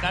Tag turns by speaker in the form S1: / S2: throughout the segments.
S1: The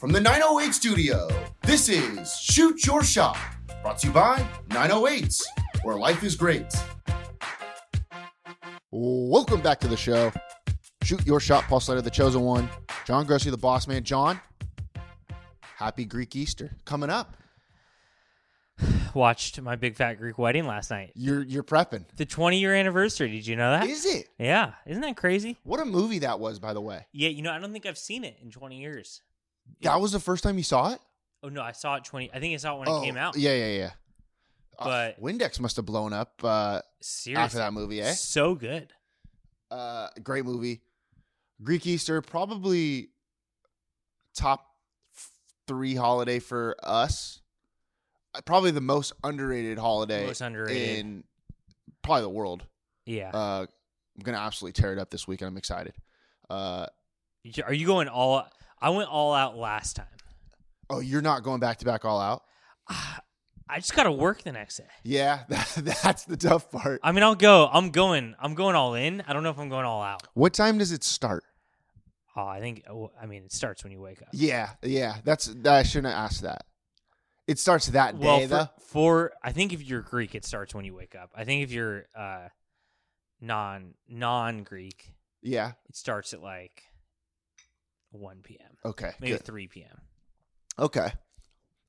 S2: from the 908 studio, this is Shoot Your Shot, brought to you by 908, where life is great. Welcome back to the show. Shoot Your Shot, Paul Slater, the chosen one. John Grossi, the boss man. John, happy Greek Easter coming up.
S3: Watched my big fat Greek wedding last night.
S2: You're you're prepping.
S3: The 20 year anniversary. Did you know that?
S2: Is it?
S3: yeah. Isn't that crazy?
S2: What a movie that was, by the way.
S3: Yeah. You know, I don't think I've seen it in 20 years.
S2: That was the first time you saw it.
S3: Oh no, I saw it 20. I think I saw it when it came out.
S2: Oh, Yeah, yeah, yeah. Uh,
S3: But-
S2: Windex must have blown up uh,
S3: Seriously.
S2: after that movie, eh?
S3: So good.
S2: uh, great movie. Greek Easter, probably top f- three holiday for us. Uh, Probably the most underrated holiday
S3: Most underrated. Ah.
S2: in probably the world.
S3: yeah.
S2: Uh, I'm gonna absolutely tear it up this week, and I'm excited. Uh,
S3: Are you going all? I went all out last time.
S2: oh, you're not going back to back all out?
S3: I just got to work the next day.
S2: Yeah, that, that's the tough part.
S3: I mean, I'll go. I'm going. I'm going all in. I don't know if I'm going all out.
S2: What time does it start?
S3: Oh, I think. oh, I mean, it starts when you wake up.
S2: Yeah, yeah. That's I shouldn't have asked that. It starts that day
S3: well,
S2: though.
S3: for, for I think if you're Greek, it starts when you wake up. I think if you're uh, non non Greek,
S2: yeah.
S3: it starts at like 1 p.m.
S2: Okay.
S3: Maybe
S2: good.
S3: 3 p.m.
S2: Okay.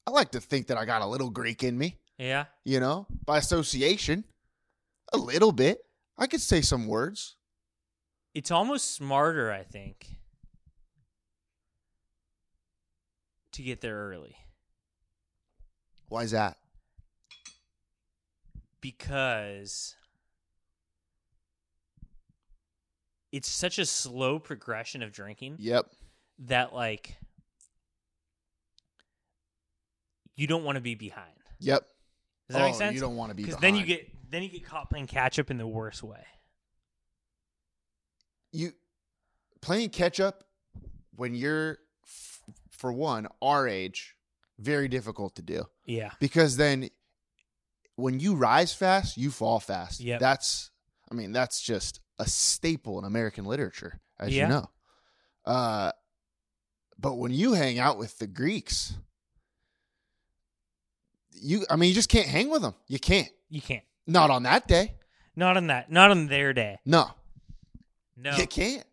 S2: I like to think that I got a little Greek in me,
S3: Yeah.
S2: you know, by association. A little bit. I could say some words.
S3: It's almost smarter, I think, to get there early
S2: Why is that?
S3: because it's such a slow progression of drinking.
S2: Yep.
S3: that like you don't want to be behind.
S2: Yep.
S3: Does that
S2: oh,
S3: make sense?
S2: You don't want to be
S3: then you
S2: behind.
S3: get then you get caught playing catch up in the worst way.
S2: you playing catch up when you're f- for one our age very difficult to do
S3: Yeah.
S2: because then when you rise fast, you fall fast.
S3: Yep.
S2: That's I mean, that's just a staple in American literature, as
S3: Yeah.
S2: you know. Uh but when you hang out with the Greeks, you I mean, you just can't hang with them. You can't.
S3: You can't.
S2: Not on that day.
S3: Not on that. Not on their day.
S2: No.
S3: No.
S2: You can't.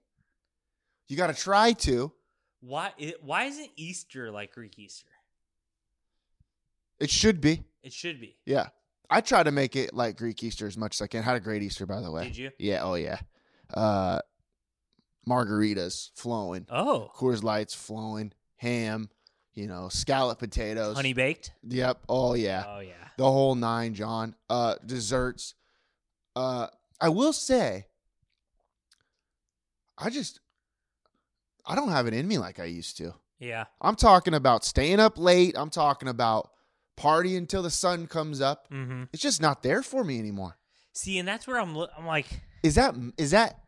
S2: You got to try to.
S3: Why i- why isn't Easter like Greek Easter?
S2: It should be.
S3: It should be.
S2: Yeah. I try to make it like Greek Easter as much as I can. Had a great Easter, by the way.
S3: Did you?
S2: Yeah. Oh, yeah. Uh, margaritas flowing,
S3: Oh.
S2: Coors Lights flowing, ham, you know, scallop potatoes.
S3: Honey baked?
S2: Yep. Oh, yeah.
S3: Oh yeah.
S2: The whole nine, John. Uh, desserts. Uh, I will say, I just, I don't have it in me like I used to.
S3: Yeah.
S2: I'm talking about staying up late. I'm talking about partying until the sun comes up.
S3: Mm-hmm.
S2: It's just not there for me anymore.
S3: See, and that's where I'm lo- I'm like
S2: Is that is that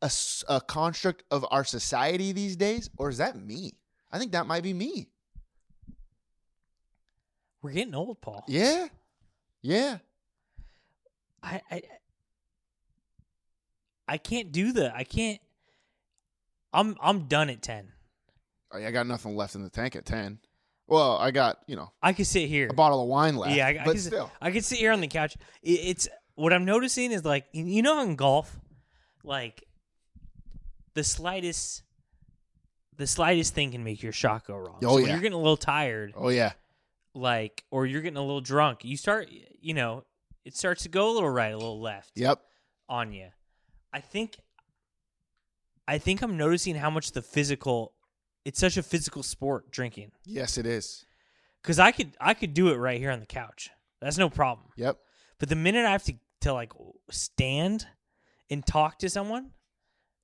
S2: a, s- a construct of our society these days, or is that me? I think that might be me.
S3: we're getting old, Paul.
S2: Yeah, yeah.
S3: I, I I can't do the I can't I'm I'm done at 10.
S2: Oh, I I got nothing left in the tank at ten. Well, I got you know
S3: I could sit here.
S2: a bottle of wine left.
S3: Yeah, I, I
S2: but
S3: could, sit-
S2: still,
S3: I could sit here on the couch. It, it's what I'm noticing is like you- you know in golf, like the slightest, the slightest thing can make your shot go wrong.
S2: Oh,
S3: So when
S2: yeah.
S3: you're getting a little tired,
S2: oh yeah,
S3: like or you're getting a little drunk, you start, you know, it starts to go a little right, a little left
S2: yep.
S3: on you. I think, I think I'm noticing how much the physical. It's such a physical sport drinking
S2: Yes, it is.
S3: because I could I could do it right here on the couch. That's no problem.
S2: Yep.
S3: But the minute I have to to like stand and talk to someone,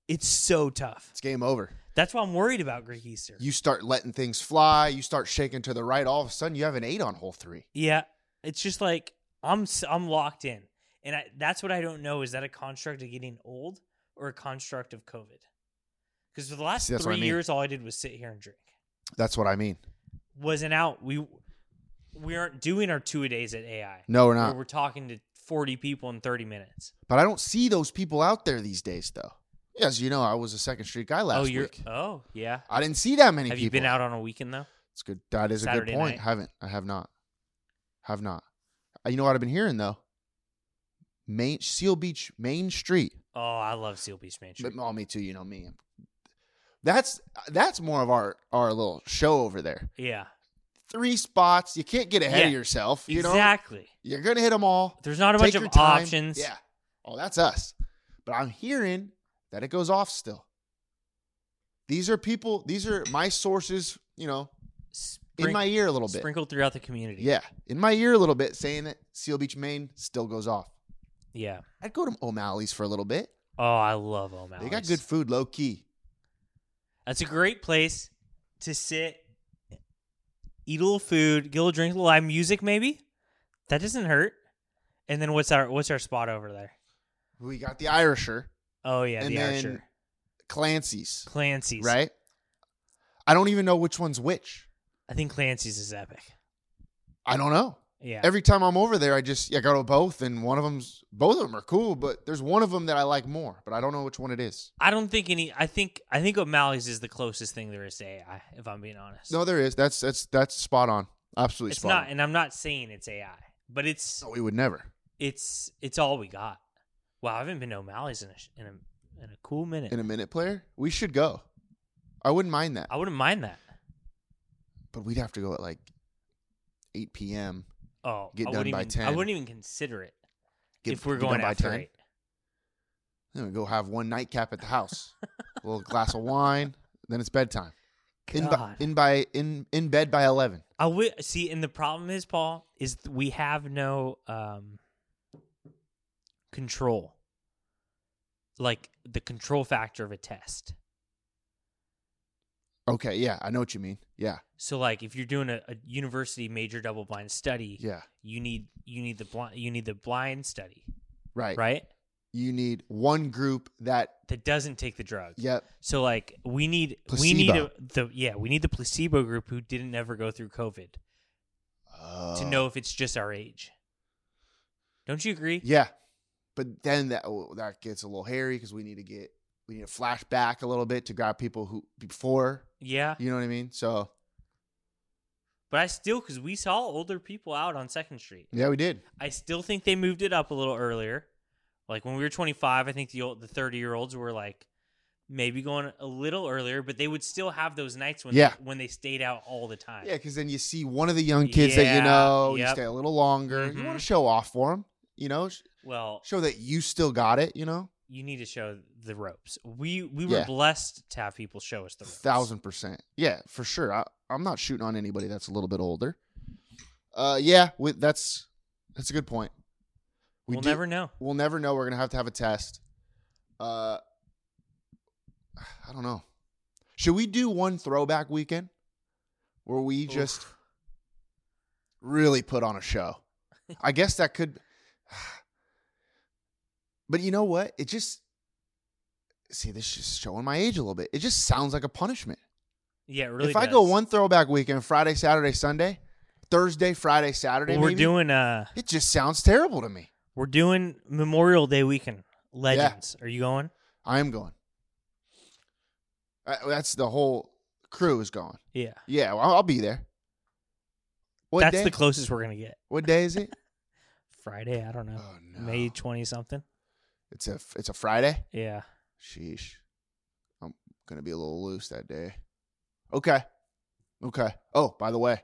S3: it's so tough.
S2: It's game over.
S3: That's why I'm worried about Greek Easter.
S2: You start letting things fly. You start shaking to the right. All of a sudden, you have an eight on hole three.
S3: yeah, it's just like I'm s- I'm locked in, and I, that's what I don't know. Is that a construct of getting old or a construct of COVID? Because for the last
S2: See, that's what I
S3: three
S2: mean.
S3: years, all I did was sit here and drink.
S2: That's what I mean.
S3: Wasn't out. We we aren't doing our two a days at AI.
S2: No, we're
S3: where
S2: not.
S3: we're talking to 40 people in 30 minutes.
S2: But I don't see those people out there these days, though. As you know, I was a second street guy last
S3: oh, you're.
S2: week.
S3: Oh, yeah.
S2: I didn't see that many
S3: Have
S2: people.
S3: you been out on a weekend though?
S2: It's good. That is
S3: Saturday
S2: a good point.
S3: night?
S2: Haven't I have not. Have not. Uh, You know what I've been hearing though? Main Seal Beach Main Street.
S3: Oh, I love Seal Beach Mansion.
S2: But, oh, me too. You know me. That's uh, that's more of our our little show over there.
S3: Yeah,
S2: Three spots. You can't get ahead of
S3: Yeah,
S2: yourself. You know
S3: exactly.
S2: you're gonna hit them all.
S3: There's not a
S2: Take
S3: bunch
S2: your
S3: of
S2: time.
S3: options.
S2: Yeah. Oh, that's us. But I'm hearing that it goes off still. These are people. These are my sources. You know, in
S3: Sprink-
S2: my ear a little bit.
S3: sprinkled throughout the community.
S2: Yeah, in my ear a little bit, saying that Seal Beach, Maine still goes off.
S3: yeah.
S2: I'd go to O'Malley's for a little bit.
S3: Oh, I love O'Malley's.
S2: They got good food, low key.
S3: That's a great place to sit, eat a little food, get a little drink, a little live music, maybe. That doesn't hurt. And then what's our what's our spot over there?
S2: We got the Irisher,
S3: Oh yeah,
S2: And
S3: the
S2: then-
S3: Archer,
S2: Clancy's,
S3: Clancy's.
S2: right? I don't even know which one's which.
S3: I think Clancy's is epic.
S2: I don't know.
S3: Yeah.
S2: Every time I'm over there, I just I go to both, and one of them's both of them are cool, but there's one of them that I like more, but I don't know which one it is.
S3: I don't think any. I think I think O'Malley's is the closest thing there is to AI. If I'm being honest,
S2: No, there is. That's that's that's spot on. Absolutely
S3: it's
S2: spot
S3: not,
S2: on.
S3: and I'm not saying it's AI, but it's
S2: no, we would never.
S3: it's it's all we got. Wow, I haven't been to O'Malley's in a sh- in a in a cool minute.
S2: In
S3: I
S2: a minute, player, we should go. I wouldn't mind that.
S3: I wouldn't mind that.
S2: but we'd have to go at like 8 p.m.
S3: Oh,
S2: Get
S3: I
S2: done
S3: wouldn't
S2: by
S3: even,
S2: 10.
S3: I wouldn't even consider it
S2: Get-
S3: if we're
S2: get
S3: going
S2: done by
S3: after
S2: 10.
S3: eight.
S2: Then we go have one nightcap at the house, a little glass of wine. Then it's bedtime. In by,
S3: God.
S2: in by in in bed by 11.
S3: I would see, and the problem is, Paul, is th- we have no um control, like the control factor of a test.
S2: Okay, yeah, I know what you mean. Yeah,
S3: So, like, if you're doing a, a university major double blind study,
S2: yeah,
S3: you need you need the blind you need the blind study,
S2: right.
S3: right?
S2: You need one group that.
S3: That doesn't take the drug.
S2: Yep.
S3: So like we need we need
S2: Placebo.
S3: a, the yeah we need the placebo group who didn't ever go through COVID to
S2: Oh.
S3: know if it's just our age. Don't you agree?
S2: Yeah, but then that oh, that gets a little hairy because we need to get we need to flash back a little bit to grab people who before.
S3: Yeah,
S2: You know what I mean? So
S3: but I still because we saw older people out on Second Street.
S2: yeah, we did.
S3: I still think they moved it up a little earlier. Like when we were 25, I think the old, the 30 year olds were like maybe going a little earlier, but they would still have those nights when
S2: Yeah.
S3: they, when they stayed out all the time.
S2: Yeah, because then you see one of the young kids that you
S3: Yeah,
S2: know, you
S3: yep.
S2: stay a little longer. You
S3: Mhm.
S2: want to show off for them, you know, sh-
S3: Well,
S2: show that you still got it, you know,
S3: you need to show the ropes. We we were
S2: Yeah.
S3: blessed to have people show us the ropes.
S2: thousand percent. Yeah, for sure. I, I'm not shooting on anybody that's a little bit older. Uh, yeah, with that's that's a good point.
S3: We will
S2: do-
S3: never know.
S2: we'll never know. We're gonna have to have a test. Uh, I don't know. Should we do one throwback weekend where we just really put on a show? I guess that could. But you know what? It just see this is showing my age a little bit. It just sounds like a punishment.
S3: Yeah, it really.
S2: if I go
S3: does.
S2: one throwback weekend, Friday, Saturday, Sunday, Thursday, Friday, Saturday,
S3: Well, we're
S2: maybe,
S3: doing uh,
S2: it just sounds terrible to me.
S3: we're doing Memorial Day weekend legends. Are you going?
S2: I am going. Uh, that's the whole crew is going.
S3: Yeah,
S2: Yeah, well, I'll be there. What
S3: that's
S2: day?
S3: the closest we're gonna get.
S2: what day is it?
S3: Friday, I don't know,
S2: Oh, no.
S3: May twenty something.
S2: It's a it's a Friday.
S3: Yeah,
S2: Sheesh, I'm gonna be a little loose that day. Okay, okay. Oh, by the way,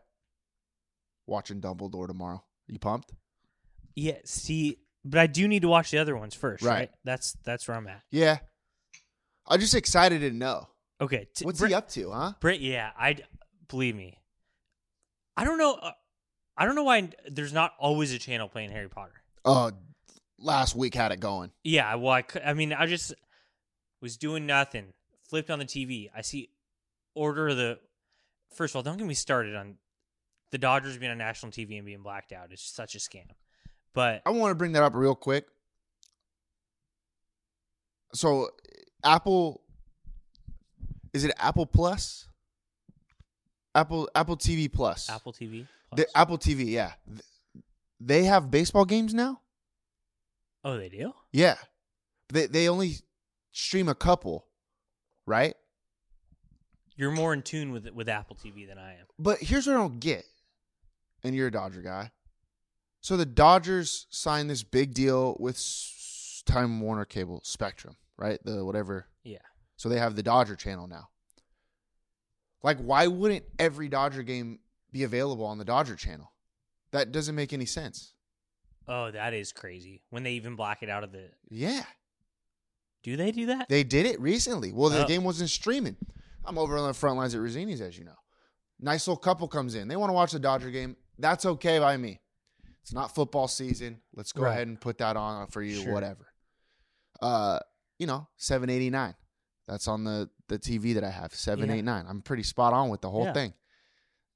S2: watching Dumbledore tomorrow. You pumped?
S3: yeah. See, but I do need to watch the other ones first,
S2: Right.
S3: right? That's that's where I'm at.
S2: Yeah. I'm just excited to know
S3: Okay, t-
S2: what's
S3: Brit-
S2: he up to, huh?
S3: Brit, yeah, I believe me. I don't know. Uh, I don't know why there's not always a channel playing Harry Potter.
S2: Oh, last week had it going.
S3: Yeah, well, I, cou- I mean, I just was doing nothing. flipped on the TV. I see order of the. First of all, don't get me started on the Dodgers being on national TV and being blacked out. It's such a scam. But
S2: I want to bring that up real quick. So, Apple is it Apple Plus? Apple Apple TV Plus.
S3: Apple TV.
S2: The,
S3: Plus.
S2: Apple TV, yeah. Th- They have baseball games now?
S3: oh, they do.
S2: Yeah. They they only stream a couple, right?
S3: You're more in tune with with Apple TV than I am.
S2: But here's what I don't get. And you're a Dodger guy. So the Dodgers signed this big deal with S- Time Warner Cable Spectrum, right? The whatever.
S3: Yeah.
S2: So they have the Dodger channel now. Like why wouldn't every Dodger game be available on the Dodger channel? That doesn't make any sense.
S3: Oh, that is crazy. When they even black it out of the.
S2: Yeah.
S3: Do they do that?
S2: They did it recently. Well, the
S3: Oh.
S2: game wasn't streaming. I'm over on the front lines at Rosini's, as you know. Nice little couple comes in. They want to watch the Dodger game. That's okay by me. It's not football season. Let's go
S3: Right.
S2: ahead and put that on for you,
S3: Sure.
S2: whatever. Uh, you know, seven eighty nine. That's on the the TV that I have. Seven
S3: Yeah.
S2: eight nine. I'm pretty spot on with the whole
S3: Yeah.
S2: thing.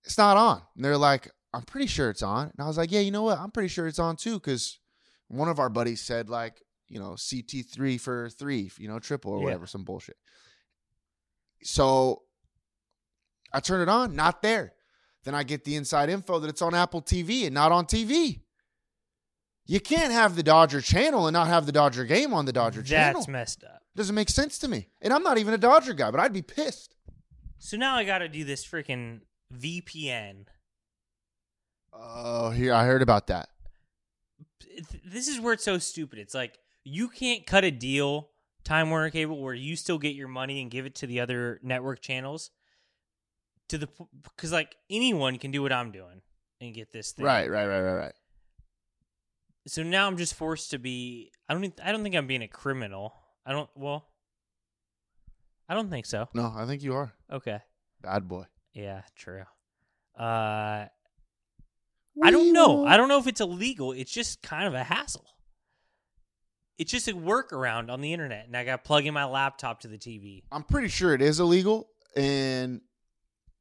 S2: It's not on. And they're like, I'm pretty sure it's on. And I was like, Yeah, you know what? I'm pretty sure it's on too, because one of our buddies said like, you know, CT three for three, you know, triple or
S3: Yeah.
S2: whatever, some bullshit. So I turn it on, not there. Then I get the inside info that it's on Apple TV and not on TV. You can't have the Dodger channel and not have the Dodger game on the Dodger channel.
S3: That's messed up.
S2: Doesn't make sense to me. And I'm not even a Dodger guy, but I'd be pissed.
S3: So now I got to do this freaking VPN.
S2: Oh, here I heard about that.
S3: Th- This is where it's so stupid. It's like you can't cut a deal, Time Warner Cable, where you still get your money and give it to the other network channels. To the because like anyone can do what I'm doing and get this thing
S2: Right, right, right, right, right.
S3: So now I'm just forced to be. I don't. even- I don't think I'm being a criminal. I don't. Well, I don't think so.
S2: No, I think you are.
S3: Okay.
S2: Bad boy.
S3: Yeah. True. Uh. I don't know. I don't know if it's illegal. It's just kind of a hassle. It's just a workaround on the internet, and I got to plug in my laptop to the TV.
S2: I'm pretty sure it is illegal and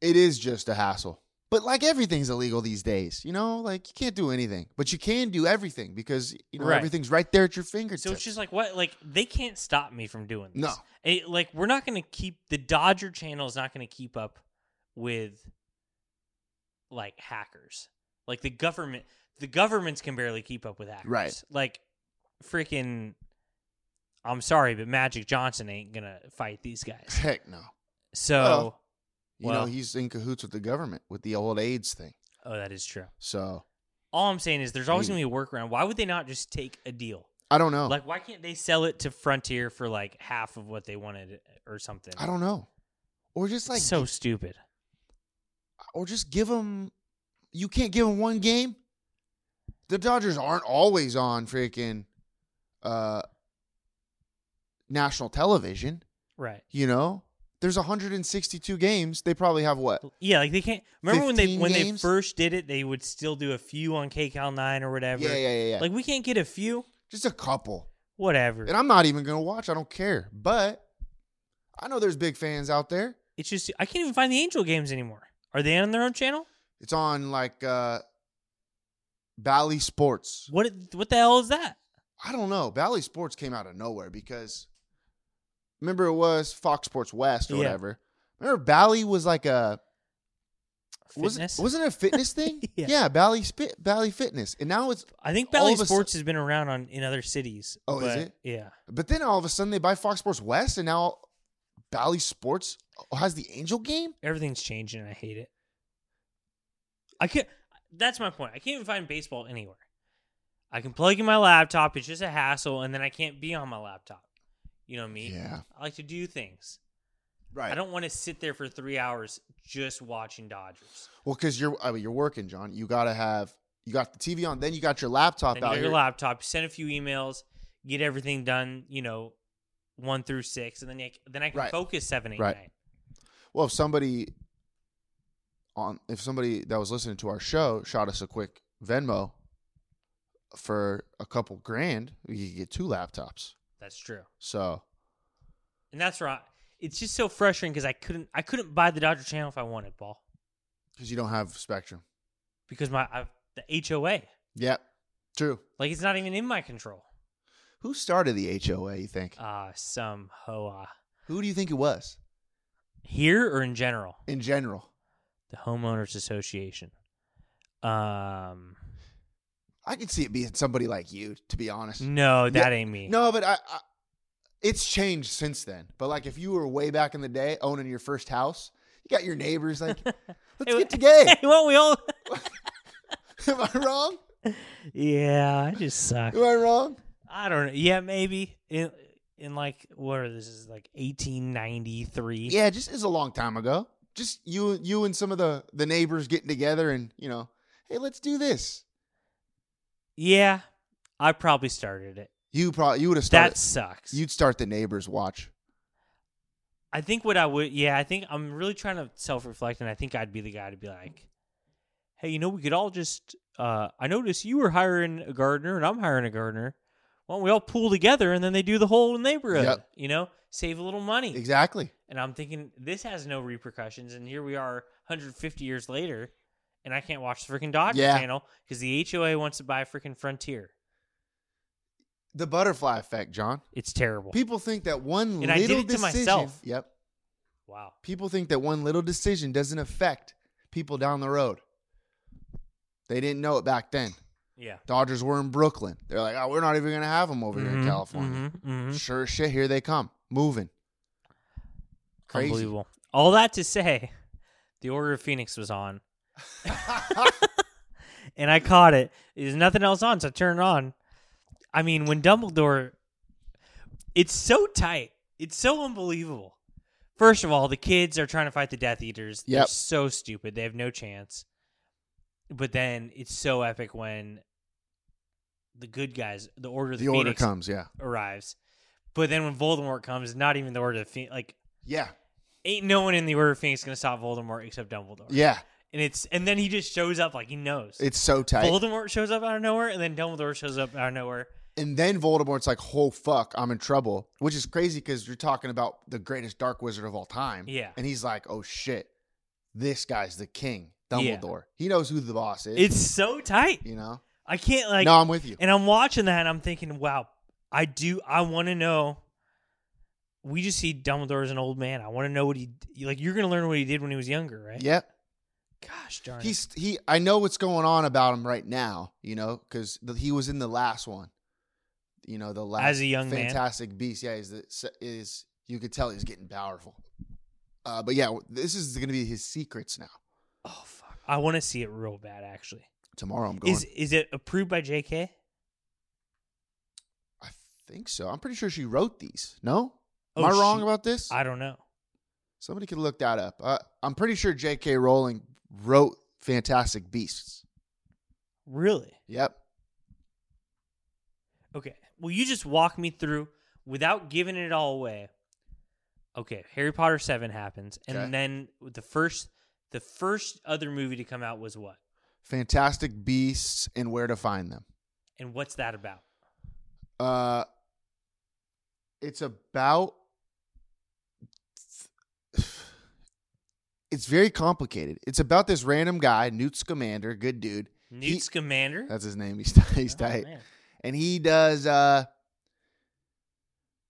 S2: it is just a hassle. But like everything's illegal these days, you know, like you can't do anything, but you can do everything because you know
S3: Right.
S2: everything's right there at your fingertips.
S3: So it's just like what, like they can't stop me from doing this.
S2: No.
S3: It- like we're not going to keep the Dodger channel is not going to keep up with like hackers. Like the government, the governments can barely keep up with hackers.
S2: Right.
S3: Like freaking, I'm sorry, but Magic Johnson ain't going to fight these guys.
S2: heck no.
S3: So,
S2: Well, You know,
S3: Well-
S2: he's in cahoots with the government with the old AIDS thing.
S3: oh, that is true.
S2: So
S3: All I'm saying is there's always going
S2: Maybe.
S3: to be a workaround. Why would they not just take a deal?
S2: I don't know.
S3: Like, why can't they sell it to Frontier for like half of what they wanted or something?
S2: I don't know. Or just like
S3: so stupid.
S2: or just give them. You can't give them one game. The Dodgers aren't always on freaking uh, national television.
S3: Right.
S2: You know, there's 162 games. They probably have what?
S3: Yeah, like they can't. Remember when they
S2: 15
S3: when
S2: games?
S3: they first did it, they would still do a few on KCAL nine or whatever.
S2: Yeah, yeah, yeah, yeah.
S3: Like we can't get a few,
S2: just a couple.
S3: whatever.
S2: And I'm not even gonna watch. I don't care. But I know there's big fans out there.
S3: it's just I can't even find the Angel games anymore. Are they on their own channel?
S2: It's on like uh, Bally Sports.
S3: What what the hell is that?
S2: I don't know. Valley Sports came out of nowhere because remember it was Fox Sports West or
S3: Yeah.
S2: whatever. Remember Bally was like a
S3: Fitness?
S2: was wasn't it a fitness thing?
S3: Yeah.
S2: Bally Spit Bally Fitness, and now it's
S3: I think
S2: all
S3: Bally
S2: of a
S3: Sports has been around on in other cities.
S2: Oh, is
S3: but-
S2: it?
S3: Yeah.
S2: but then all of a sudden they buy Fox Sports West, and now Bally Sports has the Angel game.
S3: Everything's changing and I hate it. I can't that's my point. I can't even find baseball anywhere. I can plug in my laptop, it's just a hassle, and then I can't be on my laptop. You know me?
S2: Yeah.
S3: I like to do things.
S2: Right.
S3: I don't want to sit there for three hours just watching Dodgers.
S2: well because you're I mean, you're working, John. You gotta have you got the TV on, then you got your laptop
S3: Then you
S2: out.
S3: got your
S2: here.
S3: laptop, send a few emails, get everything done, you know, one through six, and then I, then I can
S2: Right.
S3: focus seven, eight, nine.
S2: Right. Well, if somebody on if somebody that was listening to our show shot us a quick Venmo for a couple grand, we could get two laptops.
S3: That's true.
S2: So
S3: And that's right. It's just so frustrating because I couldn't I couldn't buy the Dodger Channel if I wanted, Paul,
S2: because you don't have Spectrum.
S3: because my I've, the HOA
S2: Yep, true.
S3: like it's not even in my control.
S2: Who started the HOA? You think?
S3: Ah, some hoa
S2: Who do you think it was
S3: here or in general,
S2: in general?
S3: the homeowners association. Um,
S2: I could see it being somebody like you, to be honest.
S3: no, that
S2: Yeah,
S3: ain't me.
S2: No, but I, I, it's changed since then. But like, if you were way back in the day owning your first house, you got your neighbors like, let's
S3: Hey,
S2: get to gay.
S3: Hey, won't we all?
S2: Am I wrong?
S3: yeah, I just suck.
S2: Am I wrong?
S3: I don't know. Yeah, maybe in in like what are this is like eighteen ninety three.
S2: Yeah, just is a long time ago. Just you, you and some of the the neighbors getting together, and you know, hey, let's do this.
S3: yeah, I probably started it.
S2: You probably you would have started.
S3: That sucks.
S2: you'd start the neighbors watch.
S3: I think what I would, yeah, I think I'm really trying to self reflect, and I think I'd be the guy to be like, hey, you know, we could all just, uh, I noticed you were hiring a gardener and I'm hiring a gardener. Why don't we all pool together and then they do the whole neighborhood,
S2: Yep.
S3: you know, save a little money.
S2: Exactly.
S3: And I'm thinking, this has no repercussions. And here we are 150 years later, and I can't watch the freaking Dodger
S2: Yeah.
S3: channel because the HOA wants to buy freaking Frontier.
S2: The butterfly effect, John.
S3: It's terrible.
S2: People think that one
S3: And
S2: little
S3: I did it to
S2: decision.
S3: myself.
S2: Yep.
S3: wow.
S2: People think that one little decision doesn't affect people down the road. They didn't know it back then.
S3: Yeah.
S2: Dodgers were in Brooklyn. They're like, oh, we're not even going to have them over here in
S3: Mhm,
S2: California.
S3: mhm, mhm.
S2: Sure as shit, here they come, moving. Crazy.
S3: Unbelievable. All that to say, the Order of Phoenix was on. and I caught it. There's nothing else on, so I turned it on. I mean, when Dumbledore it's so tight. It's so unbelievable. First of all, the kids are trying to fight the Death Eaters. They're
S2: Yep.
S3: so stupid. They have no chance. But then it's so epic when the good guys, the Order of the,
S2: The order
S3: Phoenix
S2: comes, yeah,
S3: arrives. But then when Voldemort comes, not even the Order of the Phoenix, like
S2: yeah,
S3: ain't no one in the Order of Phoenix gonna stop Voldemort except Dumbledore.
S2: yeah.
S3: and it's and then he just shows up like he knows.
S2: It's so tight.
S3: Voldemort shows up out of nowhere, and then Dumbledore shows up out of nowhere.
S2: and then Voldemort's like, "Oh fuck, I'm in trouble," which is crazy because you're talking about the greatest dark wizard of all time.
S3: Yeah.
S2: and he's like, "Oh shit, this guy's the king,
S3: Yeah.
S2: Dumbledore. He knows who the boss is."
S3: It's so tight.
S2: you know.
S3: I can't like.
S2: no, I'm with you.
S3: and I'm watching that, and I'm thinking, wow, I do. I want to know. We just see Dumbledore as an old man. I want to know what he like. You're gonna learn what he did when he was younger, right?
S2: Yep.
S3: Gosh darn. it.
S2: He's he. I know what's going on about him right now. You know, because he was in the last one. You know, the last
S3: As a young man.
S2: Fantastic Beast. Yeah, he's the is. You could tell he's getting powerful. Uh, but yeah, this is going to be his secrets now.
S3: oh fuck. I want to see it real bad. Actually,
S2: Tomorrow I'm going.
S3: is is it approved by J.K.?
S2: I think so. I'm pretty sure she wrote these. No, am
S3: Oh,
S2: I wrong
S3: she-
S2: about this?
S3: I don't know.
S2: Somebody could look that up. Uh, I'm pretty sure J.K. Rowling wrote Fantastic Beasts.
S3: Really?
S2: Yep.
S3: Okay. Will you just walk me through without giving it all away? Okay, Harry Potter 7 happens and
S2: Okay.
S3: then the first the first other movie to come out was what?
S2: Fantastic Beasts and Where to Find Them.
S3: And what's that about?
S2: Uh, it's about. It's very complicated. It's about this random guy, Newt Scamander, good dude. He-
S3: Newt Scamander?
S2: That's his name. He's tight. He's
S3: Oh,
S2: tight.
S3: man.
S2: and he does uh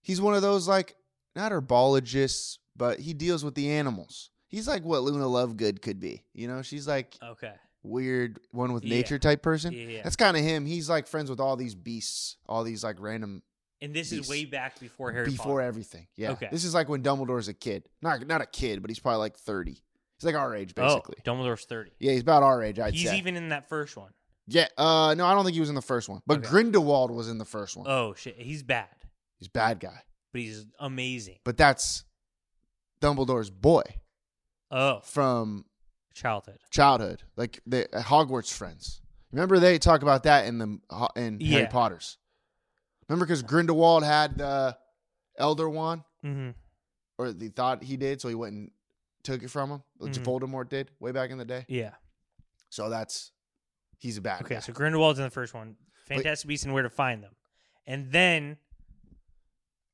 S2: he's one of those like not herbologists but he deals with the animals he's like what luna lovegood could be you know she's like
S3: Okay.
S2: weird one with
S3: Yeah.
S2: nature type person
S3: Yeah, yeah.
S2: that's kind of him he's like friends with all these beasts all these like random
S3: And this is
S2: Beast.
S3: way back before Harry
S2: before
S3: Potter.
S2: everything yeah
S3: Okay.
S2: this is like when dumbledore's a kid not not a kid but he's probably like 30 he's like our age basically
S3: Oh, Dumbledore's 30.
S2: yeah he's about our age i'd
S3: He's
S2: say
S3: even in that first one.
S2: yeah uh no i don't think he was in the first one but
S3: Okay.
S2: grindelwald was in the first one.
S3: Oh shit, he's bad,
S2: he's a bad guy
S3: but he's amazing.
S2: but that's Dumbledore's boy
S3: Oh,
S2: from
S3: childhood.
S2: childhood, like the uh, Hogwarts friends. Remember they talk about that in the Ho- in Harry
S3: Yeah.
S2: Potter's. Remember because Grindelwald had the Elder Wand,
S3: Mhm.
S2: or he thought he did, so he went and took it from him. Like
S3: Mhm.
S2: Voldemort did way back in the day.
S3: Yeah.
S2: So that's he's a bad
S3: Okay,
S2: guy.
S3: so Grindelwald's in the first one. Fantastic Beasts and Where to Find Them, and then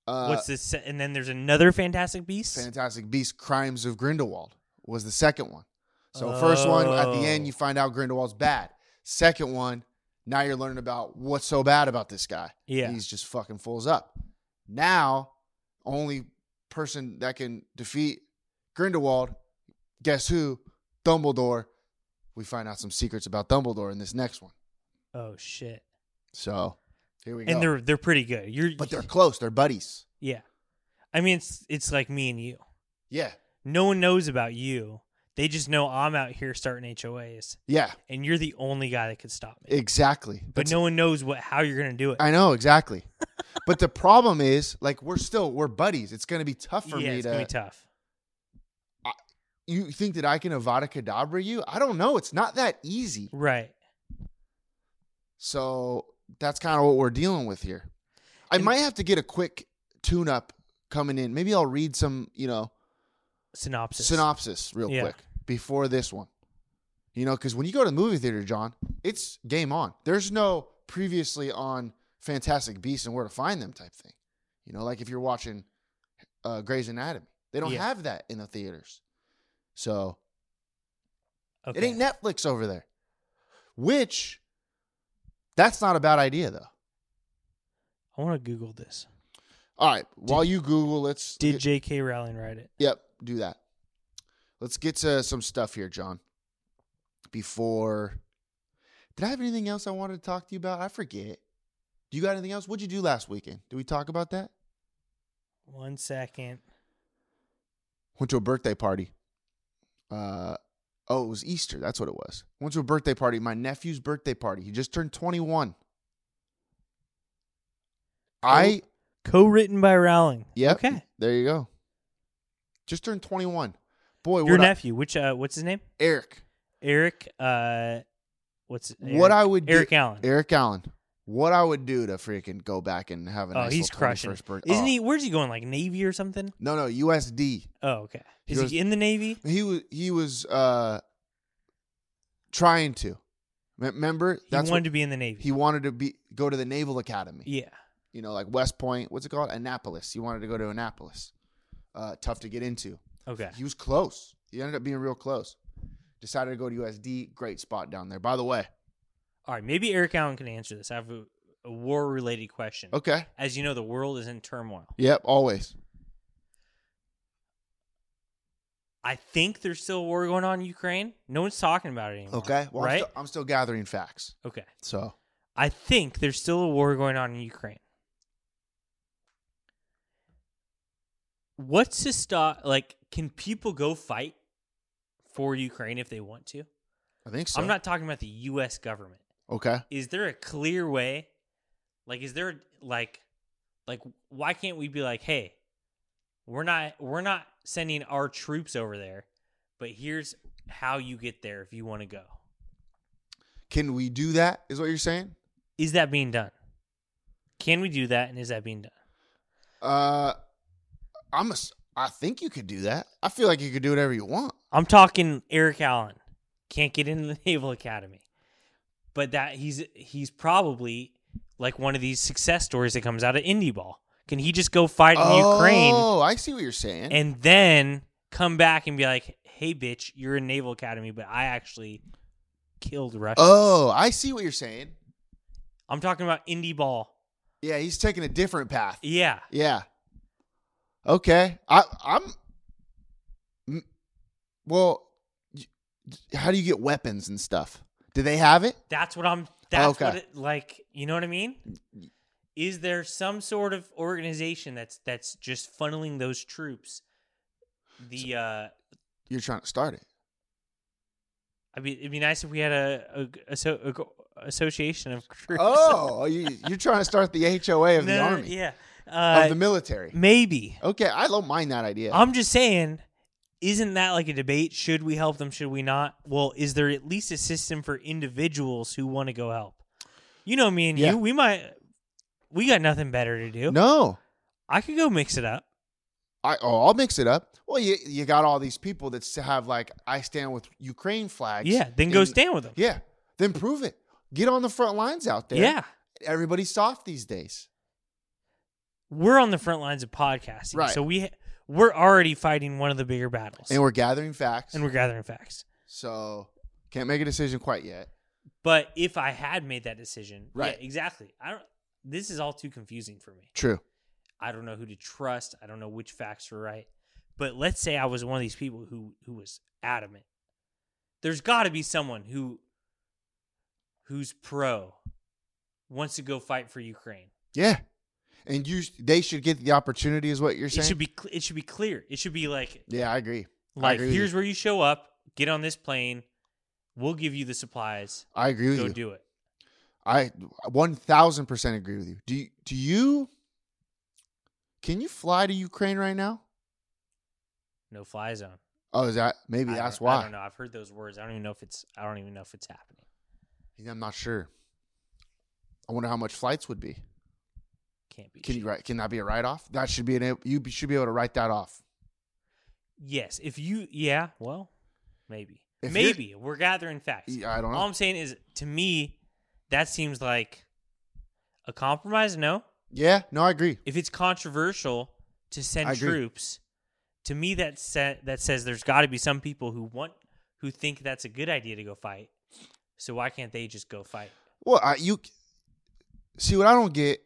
S2: Uh,
S3: What's this? se- And then there's another Fantastic Beast.
S2: Fantastic Beasts: Crimes of Grindelwald was the second one. So first one at the end
S3: Oh.
S2: you find out Grindelwald's bad. Second one, now you're learning about what's so bad about this guy.
S3: Yeah.
S2: He's just fucking fools up. Now, only person that can defeat Grindelwald, guess who? Dumbledore. We find out some secrets about Dumbledore in this next one.
S3: oh shit!
S2: So here we go.
S3: And they're they're pretty good. You're
S2: but they're close, they're buddies.
S3: yeah. I mean, it's it's like me and you.
S2: Yeah.
S3: No one knows about you. They just know I'm out here starting HOAs,
S2: Yeah.
S3: and you're the only guy that could stop me.
S2: Exactly.
S3: but no one knows what how you're gonna do it.
S2: I know exactly. but the problem is, like, we're still we're buddies. It's gonna be tough for
S3: yeah,
S2: me
S3: it's
S2: to.
S3: gonna be tough.
S2: you think that I can Avada Kedavra you? I don't know. It's not that easy.
S3: Right.
S2: So that's kind of what we're dealing with here. I might have to get a quick tune up coming in. Maybe I'll read some, you know,
S3: Synopsis.
S2: synopsis real
S3: Yeah.
S2: quick before this one. You know, because when you go to the movie theater, John, it's game on. There's no previously on Fantastic Beasts and where to find them type thing. You know, like if you're watching uh, Grey's Anatomy, they don't
S3: Yeah.
S2: have that in the theaters. So
S3: Okay.
S2: it ain't Netflix over there. Which, that's not a bad idea though.
S3: I want to Google this.
S2: All right, while you Google, let's
S3: Did
S2: get-
S3: J.K. Rowling write it?
S2: Yep, do that. Let's get to some stuff here, John. Before, did I have anything else I wanted to talk to you about? I forget. Do you got anything else? What'd you do last weekend? Did we talk about that?
S3: One second.
S2: Went to a birthday party. Uh, oh, it was Easter. That's what it was. Went to a birthday party. My nephew's birthday party. He just turned twenty-one. I
S3: Co-written by Rowling.
S2: yep.
S3: Oh, Okay.
S2: There you go. Just turned twenty-one. Boy,
S3: Your
S2: what I-
S3: nephew, which uh, what's his name?
S2: Eric.
S3: Eric. Uh, what's
S2: what
S3: Eric-
S2: I would do,
S3: Eric Allen.
S2: Eric Allen. What I would do to freaking go back and have a
S3: oh,
S2: nice
S3: he's
S2: little
S3: crushing.
S2: 21st birthday.
S3: Isn't
S2: Oh.
S3: he? Where's he going? Like Navy or something?
S2: No, no, USD.
S3: Oh, okay.
S2: He
S3: Is
S2: goes-
S3: he in the Navy?
S2: He was he was uh trying to. Me- Remember?
S3: He wanted
S2: what-
S3: to be in the Navy.
S2: he wanted to be go to the Naval Academy.
S3: yeah.
S2: You know, like West Point, what's it called? Annapolis. He wanted to go to Annapolis. Uh tough to get into.
S3: Okay.
S2: He was close. He ended up being real close. Decided to go to USD. Great spot down there. By the way.
S3: All right. Maybe Eric Allen can answer this. I have a, a war-related question.
S2: Okay.
S3: As you know, the world is in turmoil.
S2: Yep, always.
S3: I think there's still a war going on in Ukraine. No one's talking about it anymore.
S2: Okay. Well, I'm,
S3: right.
S2: still, I'm still gathering facts.
S3: okay.
S2: So
S3: I think there's still a war going on in Ukraine. What's to stop? Like, can people go fight for Ukraine if they want to?
S2: I think so.
S3: I'm not talking about the U.S. government.
S2: okay.
S3: Is there a clear way? Like, is there like, like, why can't we be like, hey, we're not we're not sending our troops over there, but here's how you get there if you want to go.
S2: Can we do that? Is what you're saying?
S3: Is that being done? Can we do that? And is that being done?
S2: Uh, I'm a. s- I think you could do that. I feel like you could do whatever you want.
S3: I'm talking Eric Allen. Can't get into the Naval Academy. But that he's he's probably like one of these success stories that comes out of Indy Ball. Can he just go fight in Ukraine
S2: Oh, I see what you're saying.
S3: and then come back and be like, "Hey bitch, you're in Naval Academy, but I actually killed Russians."
S2: oh, I see what you're saying.
S3: I'm talking about Indy Ball.
S2: Yeah, he's taking a different path.
S3: Yeah.
S2: Yeah. Okay. I I'm. M- Well, y- how do you get weapons and stuff? Do they have it?
S3: That's what I'm. That's
S2: Okay.
S3: what it, like. You know what I mean? Is there some sort of organization that's that's just funneling those troops? The uh,
S2: You're trying to start it.
S3: I mean, it'd be nice if we had a, a, a, so- a go- association of troops.
S2: Oh, you, you're trying to start the HOA of the
S3: No, no, no,
S2: army
S3: Yeah.
S2: of
S3: Uh,
S2: the military.
S3: maybe.
S2: Okay, I don't mind that idea.
S3: I'm just saying. Isn't that like a debate? Should we help them? Should we not? Well, is there at least a system for individuals who want to go help? You know me and
S2: Yeah.
S3: you. We might. We got nothing better to do.
S2: no,
S3: I could go mix it up.
S2: I oh, I'll mix it up. Well, you you got all these people that s- have like I stand with Ukraine flags.
S3: Yeah, then go
S2: in-
S3: stand with them.
S2: Yeah, then prove it. Get on the front lines out there.
S3: Yeah.
S2: everybody's soft these days.
S3: we're on the front lines of podcasting,
S2: Right.
S3: so we we're already fighting one of the bigger battles,
S2: and we're gathering facts.
S3: and we're gathering facts.
S2: so can't make a decision quite yet.
S3: But if I had made that decision, yeah,
S2: Right.
S3: exactly. I don't. This is all too confusing for me.
S2: True.
S3: I don't know who to trust. I don't know which facts are right. But let's say I was one of these people who who was adamant. There's got to be someone who who's pro wants to go fight for Ukraine.
S2: Yeah. And you, they should get the opportunity, is what you're
S3: It
S2: saying.
S3: should be cl- it should be clear. It should be like
S2: yeah, I agree. I
S3: like
S2: agree with
S3: here's
S2: you.
S3: where you show up, get on this plane, we'll give you the supplies,
S2: I agree with
S3: go
S2: you.
S3: do it.
S2: I one thousand percent agree with you. Do you, do you? Can you fly to Ukraine right now?
S3: No fly zone.
S2: Oh, is that maybe
S3: I
S2: that's
S3: don't,
S2: why?
S3: I don't know. I've heard those words. I don't even know if it's I don't even know if it's happening.
S2: I'm not sure. I wonder how much flights would be.
S3: Can't be.
S2: Can
S3: sure.
S2: you write? Can that be a write off? That should be an. You should be able to write that off.
S3: Yes, if you, yeah, well, maybe,
S2: If you're-
S3: maybe we're gathering facts.
S2: Yeah, I don't know.
S3: All I'm saying is, to me, that seems like a compromise. No,
S2: Yeah, no, I agree.
S3: if it's controversial to
S2: I
S3: send
S2: agree.
S3: troops, to me that sa- that says there's got to be some people who want who think that's a good idea to go fight. So why can't they just go fight?
S2: Well, I, you see what I don't get.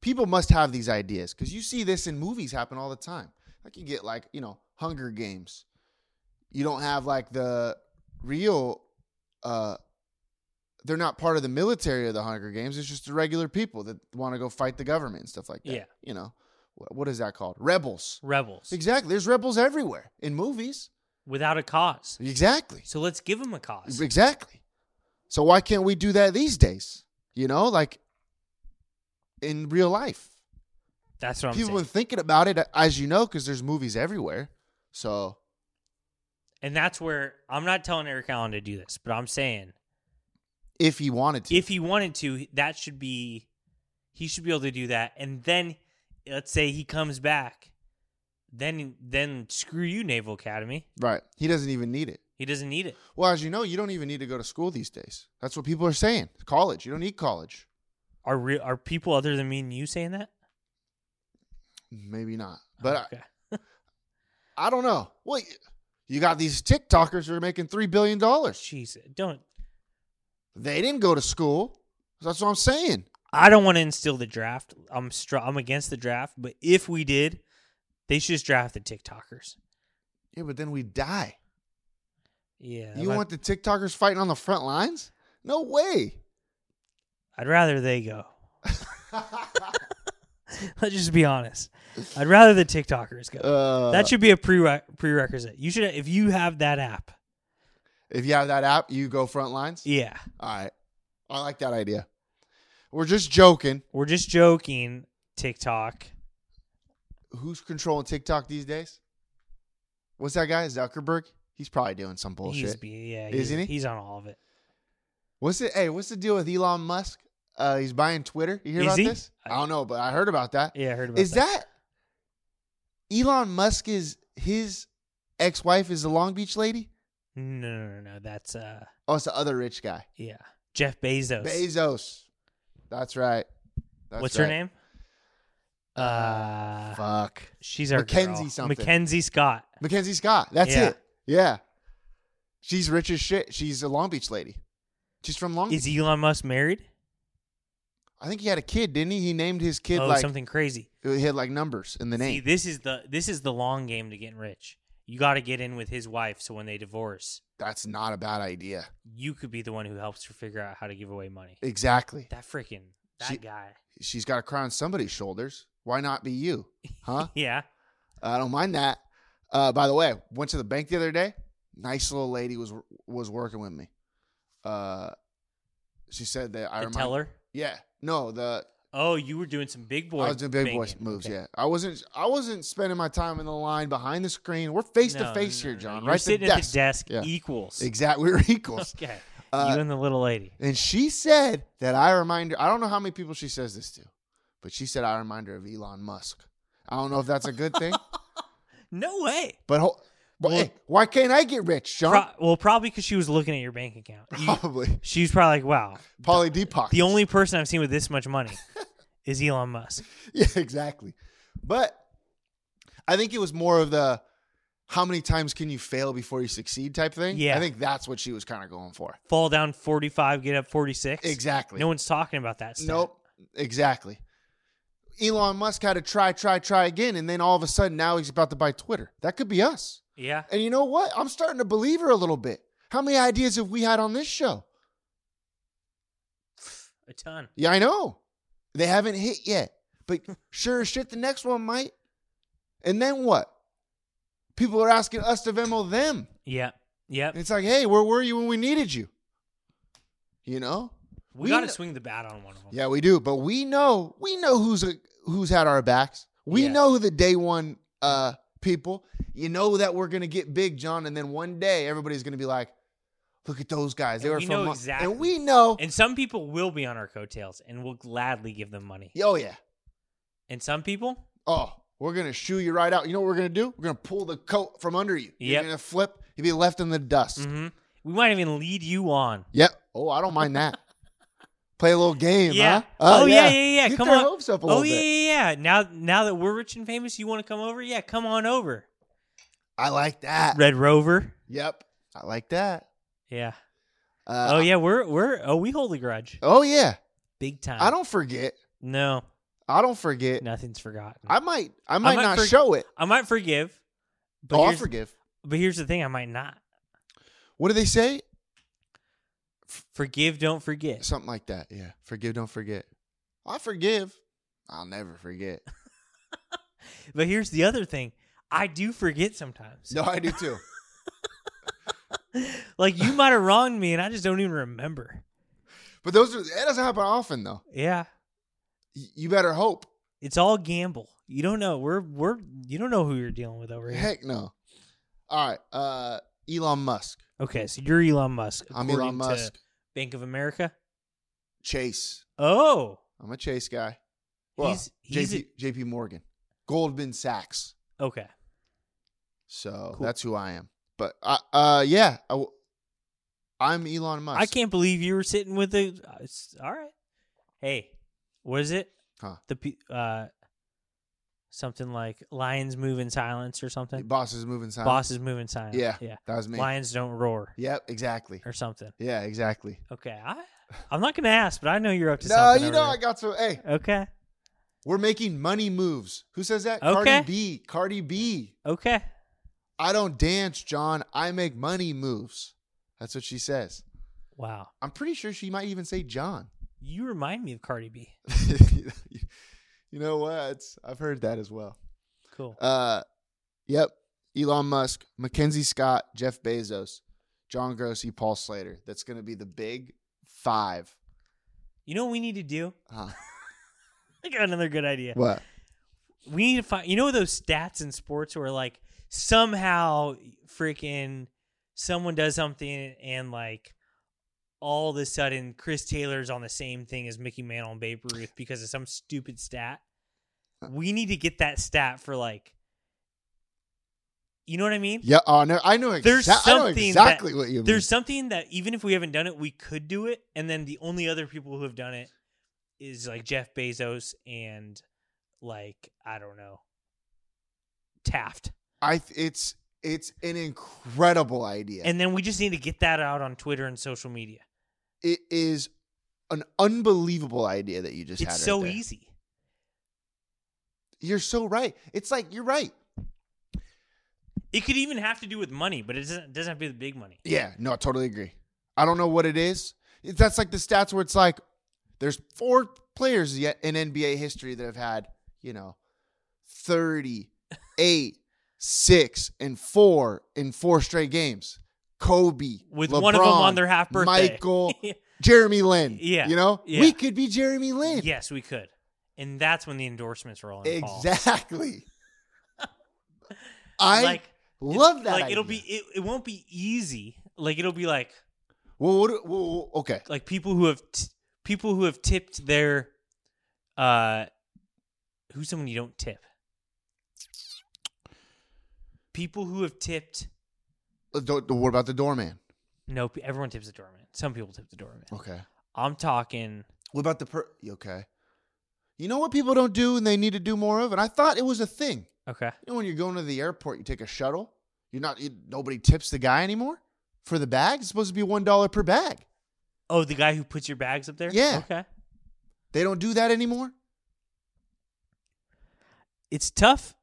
S2: People must have these ideas because you see this in movies happen all the time. Like you get like you know Hunger Games. You don't have like the real. uh They're not part of the military of the Hunger Games. It's just the regular people that want to go fight the government and stuff like that.
S3: Yeah.
S2: you know what, what is that called? Rebels.
S3: Rebels
S2: Exactly. There's rebels everywhere in movies.
S3: without a cause.
S2: Exactly.
S3: So let's give them a cause.
S2: Exactly. So why can't we do that these days? You know, like in real life.
S3: That's what I'm
S2: People
S3: saying.
S2: been thinking about it, as you know, because there's movies everywhere. So
S3: and that's where I'm not telling Eric Allen to do this, but I'm saying
S2: if he wanted to,
S3: if he wanted to, that should be he should be able to do that. And then let's say he comes back, then then screw you, Naval Academy.
S2: right, he doesn't even need it.
S3: He doesn't need it.
S2: Well, as you know, you don't even need to go to school these days. That's what people are saying. College, you don't need college.
S3: Are re- are people other than me and you saying that?
S2: Maybe not, but I-
S3: Okay.
S2: I, don't know. Well, y- you got these TikTokers who are making three billion dollars.
S3: jeez, don't
S2: They didn't go to school. That's what I'm saying.
S3: I don't want to instill the draft. I'm str- I'm against the draft, but if we did, they should just draft the TikTokers.
S2: Yeah, but then we die.
S3: Yeah,
S2: You
S3: that-
S2: want the TikTokers fighting on the front lines? No way.
S3: I'd rather they go. Let's just be honest. I'd rather the TikTokers go.
S2: Uh,
S3: that should be a prere- prerequisite. You should, if you have that app.
S2: if you have that app, you go front lines.
S3: Yeah,
S2: All right. I like that idea. We're just joking.
S3: we're just joking. TikTok,
S2: Who's controlling TikTok these days? What's that guy? Zuckerberg? He's probably doing some
S3: he's
S2: bullshit.
S3: be- yeah,
S2: Isn't
S3: he's,
S2: he?
S3: He's on all of it.
S2: what's it? Hey, what's the deal with Elon Musk? Uh, he's buying Twitter. You hear
S3: Is
S2: about
S3: he?
S2: this? I don't know, but I heard about that.
S3: Yeah, I heard about
S2: Is that Elon Musk? Is his ex-wife is the Long Beach lady?
S3: No, no, no, no. That's uh,
S2: Oh, it's the other rich guy.
S3: yeah, Jeff Bezos.
S2: Bezos. That's right. That's
S3: What's her
S2: right.
S3: name? Uh,
S2: Fuck.
S3: she's our
S2: Mackenzie
S3: girl.
S2: something.
S3: Mackenzie Scott.
S2: Mackenzie Scott. That's
S3: Yeah.
S2: it. Yeah. She's rich as shit. She's a Long Beach lady. She's from Long
S3: Is Elon Musk married?
S2: I think he had a kid, didn't he? He named his kid
S3: oh,
S2: like
S3: something crazy.
S2: he had like numbers in the
S3: See,
S2: name.
S3: this is the this is the long game to getting rich. You got to get in with his wife, so when they divorce,
S2: That's not a bad idea.
S3: you could be the one who helps her figure out how to give away money.
S2: Exactly.
S3: That freaking that
S2: She-
S3: guy.
S2: She's got a cry on somebody's shoulders. Why not be you? Huh?
S3: Yeah,
S2: I don't mind that. Uh, by the way, went to the bank the other day. Nice little lady was was working with me. Uh, she said that I
S3: the
S2: remind-
S3: teller.
S2: Yeah. No, the
S3: Oh, you were doing some big boy.
S2: I was doing big boy
S3: banging.
S2: moves.
S3: Okay.
S2: Yeah, I wasn't. I wasn't spending my time in the line behind the screen. We're face
S3: No,
S2: to face
S3: no,
S2: here,
S3: no,
S2: John.
S3: You're
S2: right
S3: sitting
S2: the
S3: at the desk
S2: Yeah.
S3: equals.
S2: Exactly. We were equals.
S3: Okay,
S2: Uh,
S3: you and the little lady.
S2: And she said that I remind her. I don't know how many people she says this to, but she said I remind her of Elon Musk. I don't know if that's a good thing,
S3: No way.
S2: but ho- but, hey, why can't I get rich, John?
S3: Pro- well, probably because she was looking at your bank
S2: Oh.
S3: account. You-
S2: Probably.
S3: she was probably like, "Wow,
S2: Polly Deepak.
S3: the only person I've seen with this much money is Elon Musk.
S2: yeah, exactly. But I think it was more of the how many times can you fail before you succeed type thing.
S3: Yeah.
S2: I think that's what she was kind of going for.
S3: Fall down 45, get up 46.
S2: Exactly.
S3: No one's talking about that stuff.
S2: Nope. Exactly. Elon Musk had to try, try, try again, and then all of a sudden now he's about to buy Twitter. That could be us.
S3: Yeah.
S2: And you know what? I'm starting to believe her a little bit. How many ideas have we had on this show?
S3: A ton.
S2: Yeah, I know. They haven't hit yet. But sure as shit, the next one might. And then what? People are asking us to Venmo them.
S3: Yeah. Yep.
S2: And it's like, hey, where were you when we needed you? You know?
S3: We, got to
S2: kn-
S3: swing the bat on one of them.
S2: Yeah, we do. But we know we know who's a, who's had our backs. We
S3: Yeah.
S2: know the day one uh, people. You know that we're gonna get big, John, and then one day everybody's gonna be like, "Look at those guys. They
S3: And
S2: were
S3: we
S2: from
S3: know
S2: Mon-"
S3: exactly.
S2: and we know."
S3: And some people will be on our coattails and we'll gladly give them money.
S2: oh yeah.
S3: And some people,
S2: Oh, we're gonna shoo you right out. You know what we're gonna do? We're gonna pull the coat from under you. You're
S3: Yep.
S2: gonna flip. You'll be left in the dust.
S3: hmm we might even lead you on.
S2: Yep. Oh, I don't mind that. Play a little game,
S3: Yeah.
S2: huh? Uh,
S3: oh yeah, yeah, yeah.
S2: Get
S3: come
S2: their
S3: on.
S2: hopes up a
S3: oh
S2: little
S3: yeah,
S2: bit.
S3: yeah, yeah. Now, now that we're rich and famous, you want to come over? Yeah, come on over.
S2: I like that.
S3: Red Rover.
S2: Yep. I like that.
S3: Yeah.
S2: Uh,
S3: Oh yeah, we're we're oh we hold a grudge
S2: Oh yeah.
S3: big time.
S2: I don't forget.
S3: No,
S2: I don't forget.
S3: nothing's forgotten. I,
S2: I might. I might,
S3: might
S2: not
S3: forg-
S2: show it.
S3: might forgive, but
S2: oh, I'll
S3: here's,
S2: forgive.
S3: But here's the thing: I might not
S2: What do they say?
S3: forgive. Don't forget.
S2: Something like that. Yeah. Forgive. Don't forget. I forgive. I'll never forget.
S3: But here's the other thing: I do forget sometimes.
S2: No, I do too.
S3: Like you might have wronged me, and I just don't even remember.
S2: But those are that doesn't happen often though.
S3: Yeah,
S2: Y- You better hope.
S3: it's all gamble. You don't know. We're we're you don't know who you're dealing with over here.
S2: Heck no. All right. Uh, Elon Musk.
S3: Okay, so you're Elon Musk.
S2: I'm
S3: according
S2: Elon
S3: to
S2: Musk.
S3: Bank of America.
S2: Chase.
S3: Oh,
S2: I'm a Chase guy. Well,
S3: He's- he's
S2: JP, JP Morgan, Goldman Sachs.
S3: okay.
S2: So
S3: Cool.
S2: that's who I am. But uh, uh yeah, I w- I'm Elon Musk.
S3: I can't believe you were sitting with the. uh, It's, all right. Hey, what is it?
S2: Huh.
S3: The pe- uh, something like lions move in silence or something.
S2: Boss is moving silent.
S3: Bosses move in silence.
S2: Yeah,
S3: yeah.
S2: that was me.
S3: Lions don't roar
S2: Yep, exactly.
S3: or something.
S2: Yeah, exactly.
S3: Okay, I, I'm not gonna ask, but I know you're up to
S2: No,
S3: something.
S2: you
S3: over
S2: know I
S3: there.
S2: got some. Hey,
S3: Okay.
S2: we're making money moves. Who says that?
S3: Okay.
S2: Cardi B. Cardi B.
S3: Okay.
S2: I don't dance, John. I make money moves. That's what she says.
S3: Wow.
S2: I'm pretty sure she might even say John.
S3: You remind me of Cardi B.
S2: you know what? It's- I've heard that as well.
S3: Cool.
S2: Uh, yep. Elon Musk, Mackenzie Scott, Jeff Bezos, John Grossi, Paul Slater. That's going to be the big five.
S3: You know what we need to do?
S2: Huh.
S3: I got another good idea.
S2: What?
S3: We need to find. You know those stats in sports where like somehow freaking someone does something and like all of a sudden Chris Taylor's on the same thing as Mickey Mantle and Babe Ruth because of some stupid stat. We need to get that stat for like. You know what I mean?
S2: Yeah. Oh, no, I know, exa-
S3: There's
S2: I know
S3: something
S2: exactly
S3: that-
S2: what you mean.
S3: There's something that even if we haven't done it, we could do it, and then the only other people who have done it is like Jeff Bezos and like I don't know Taft,
S2: I th- it's it's an incredible idea.
S3: and then we just need to get that out on Twitter and social media.
S2: it is an unbelievable idea that you just had.
S3: it's
S2: right
S3: so
S2: there.
S3: easy.
S2: You're so right. It's like you're right.
S3: It could even have to do with money, but it doesn't doesn't have to be the big money.
S2: Yeah, no, I totally agree. I don't know what it is. It- That's like the stats where it's like there's four players yet in NBA history that have had, you know, 30, 8, 6, and 4 in four straight games. Kobe,
S3: With one of them
S2: LeBron,
S3: on their half birthday.
S2: Michael, Jeremy Lin.
S3: Yeah,
S2: You know,
S3: yeah.
S2: we could be Jeremy Lin.
S3: yes, we could, and that's when the endorsements roll in. Paul.
S2: Exactly. I
S3: Like, It-
S2: love that.
S3: Like it'll be
S2: idea.
S3: it, it won't be easy. Like it'll be like
S2: Well, what, do- well, well, okay.
S3: like people who have t- people who have tipped their uh who's someone you don't tip people who have tipped
S2: Uh, do- do- What about the doorman?
S3: no p- everyone tips the doorman some people tip the doorman
S2: Okay.
S3: i'm talking
S2: What about the per? you Okay. You know what people don't do and they need to do more of? And I thought it was a thing.
S3: Okay.
S2: You know, when you're going to the airport, you take a shuttle. You're not, you, nobody tips the guy anymore for the bag. It's supposed to be $1 per bag.
S3: Oh, the guy who puts your bags up there?
S2: Yeah.
S3: Okay.
S2: They don't do that anymore.
S3: It's tough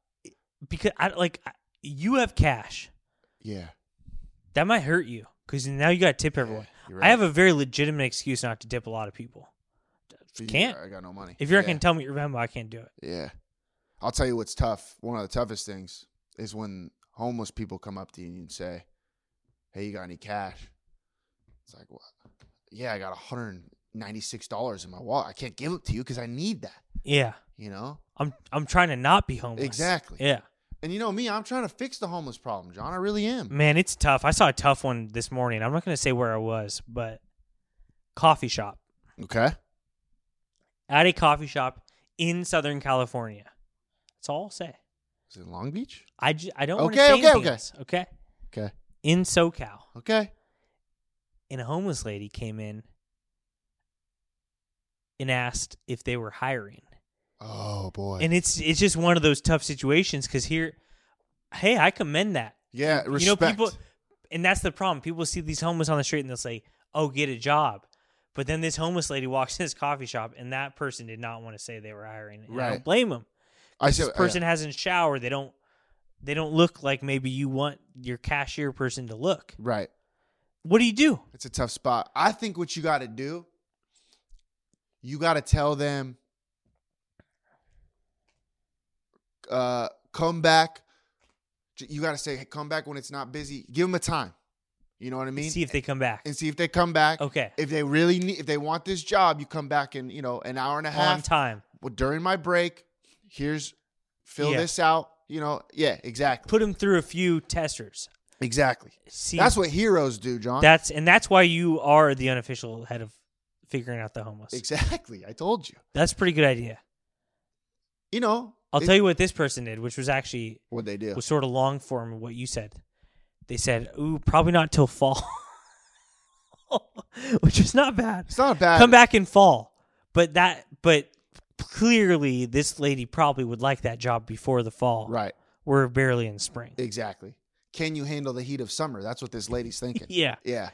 S3: because I like I- you have cash.
S2: Yeah.
S3: That might hurt you because now you got to tip everyone.
S2: you're
S3: I have a very legitimate excuse not to tip a lot of people.
S2: You-
S3: Can't.
S2: I got no money.
S3: If you're
S2: yeah.
S3: not going to tell me your Venmo, I can't do it.
S2: Yeah. I'll tell you what's tough. One of the toughest things is when homeless people come up to you and say, Hey, you got any cash? It's like, what? Yeah, I got $196 in my wallet. I can't give it to you because I need that,
S3: Yeah.
S2: you know?
S3: I'm I'm trying to not be homeless.
S2: Exactly.
S3: Yeah.
S2: And you know me, I'm trying to fix the homeless problem, John. I really am.
S3: Man, it's tough. I saw a tough one this morning. I'm not going to say where I was, but coffee shop.
S2: Okay.
S3: At a coffee shop in Southern California. That's all I'll say.
S2: Is it Long Beach?
S3: I, j- I don't want to
S2: Okay,
S3: say
S2: okay,
S3: anything
S2: okay.
S3: else, okay.
S2: Okay.
S3: In SoCal.
S2: Okay.
S3: and a homeless lady came in and asked if they were hiring.
S2: Oh, boy.
S3: And it's it's just one of those tough situations because here, hey, I commend that.
S2: yeah, respect.
S3: You know, people, and that's the problem. People see these homeless on the street and they'll say, "Oh, get a job," but then this homeless lady walks in this coffee shop, and that person did not want to say they were hiring. And I
S2: Right. uh,
S3: don't blame them.
S2: I see,
S3: This person hasn't showered. They don't. They don't look like maybe you want your cashier person to look.
S2: uh, Right.
S3: What do you do?
S2: It's a tough spot. I think what you got to do, you got to tell them, uh, come back. J- You got to say, hey, come back when it's not busy. Give them a time. You know what I mean?
S3: See if they come back.
S2: and see if they come back.
S3: Okay.
S2: If they really need, if they want this job, you come back in, you know, an hour and a
S3: on
S2: half.
S3: time.
S2: Well, during my break, here's, fill
S3: Yeah.
S2: this out. You know, yeah, exactly.
S3: Put him through a few testers.
S2: Exactly.
S3: See,
S2: that's what heroes do, John.
S3: that's and that's why you are the unofficial head of figuring out the homeless.
S2: exactly. I told you.
S3: That's a pretty good idea.
S2: You know,
S3: I'll tell you what this person did, which was actually
S2: what they do.
S3: was sort of long form of what you said. They said, "Ooh, probably not till fall," which is not bad.
S2: It's not a bad.
S3: Come back in fall, but that but clearly this lady probably would like that job before the fall.
S2: Right.
S3: We're barely in spring.
S2: Exactly. Can you handle the heat of summer? That's what this lady's thinking.
S3: Yeah,
S2: Yeah.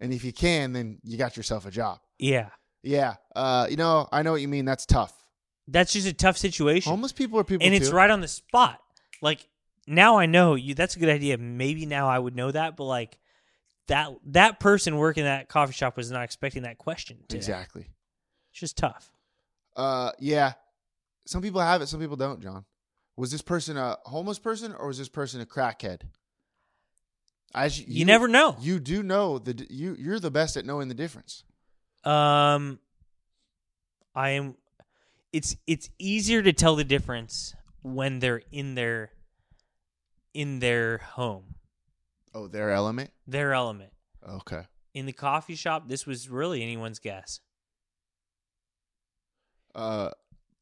S2: And if you can, then you got yourself a job.
S3: yeah.
S2: Yeah. Uh, you know, I know what you mean. That's tough.
S3: That's just a tough situation.
S2: Homeless people are people
S3: and it's
S2: too.
S3: right on the spot. Like now I know you. That's a good idea. Maybe now I would know that, but like that that person working that coffee shop was not expecting that question. Today.
S2: Exactly.
S3: It's just tough.
S2: Uh, yeah. Some people have it. Some people don't. John, was this person a homeless person or was this person a crackhead? As
S3: You, never know.
S2: You do know the d- you. You're the best at knowing the difference.
S3: um, I am. It's it's easier to tell the difference when they're in their in their home,
S2: Oh, their element.
S3: their element.
S2: Okay.
S3: In the coffee shop, this was really anyone's guess.
S2: Uh,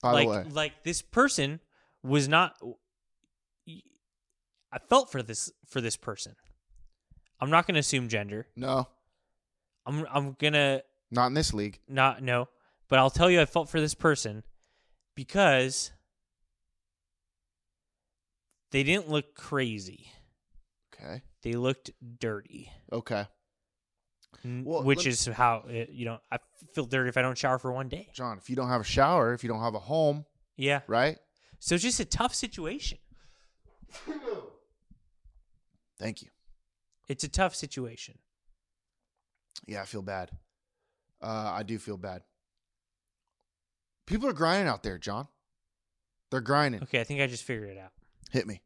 S2: by
S3: like
S2: the way,
S3: like this person was not I felt for this for this person. I'm not going to assume gender.
S2: no,
S3: I'm I'm going to
S2: not in this league.
S3: not no, but I'll tell you I felt for this person because they didn't look crazy.
S2: Okay.
S3: They looked dirty.
S2: Okay.
S3: n-
S2: Well,
S3: which
S2: let-
S3: is how it, you know, I feel dirty if I don't shower for one day.
S2: John, if you don't have a shower, if you don't have a home,
S3: Yeah.
S2: right?
S3: So it's just a tough situation.
S2: Thank you.
S3: It's a tough situation.
S2: Yeah, I feel bad. Uh, I do feel bad. People are grinding out there, John. They're grinding.
S3: Okay, I think I just figured it out.
S2: Hit me.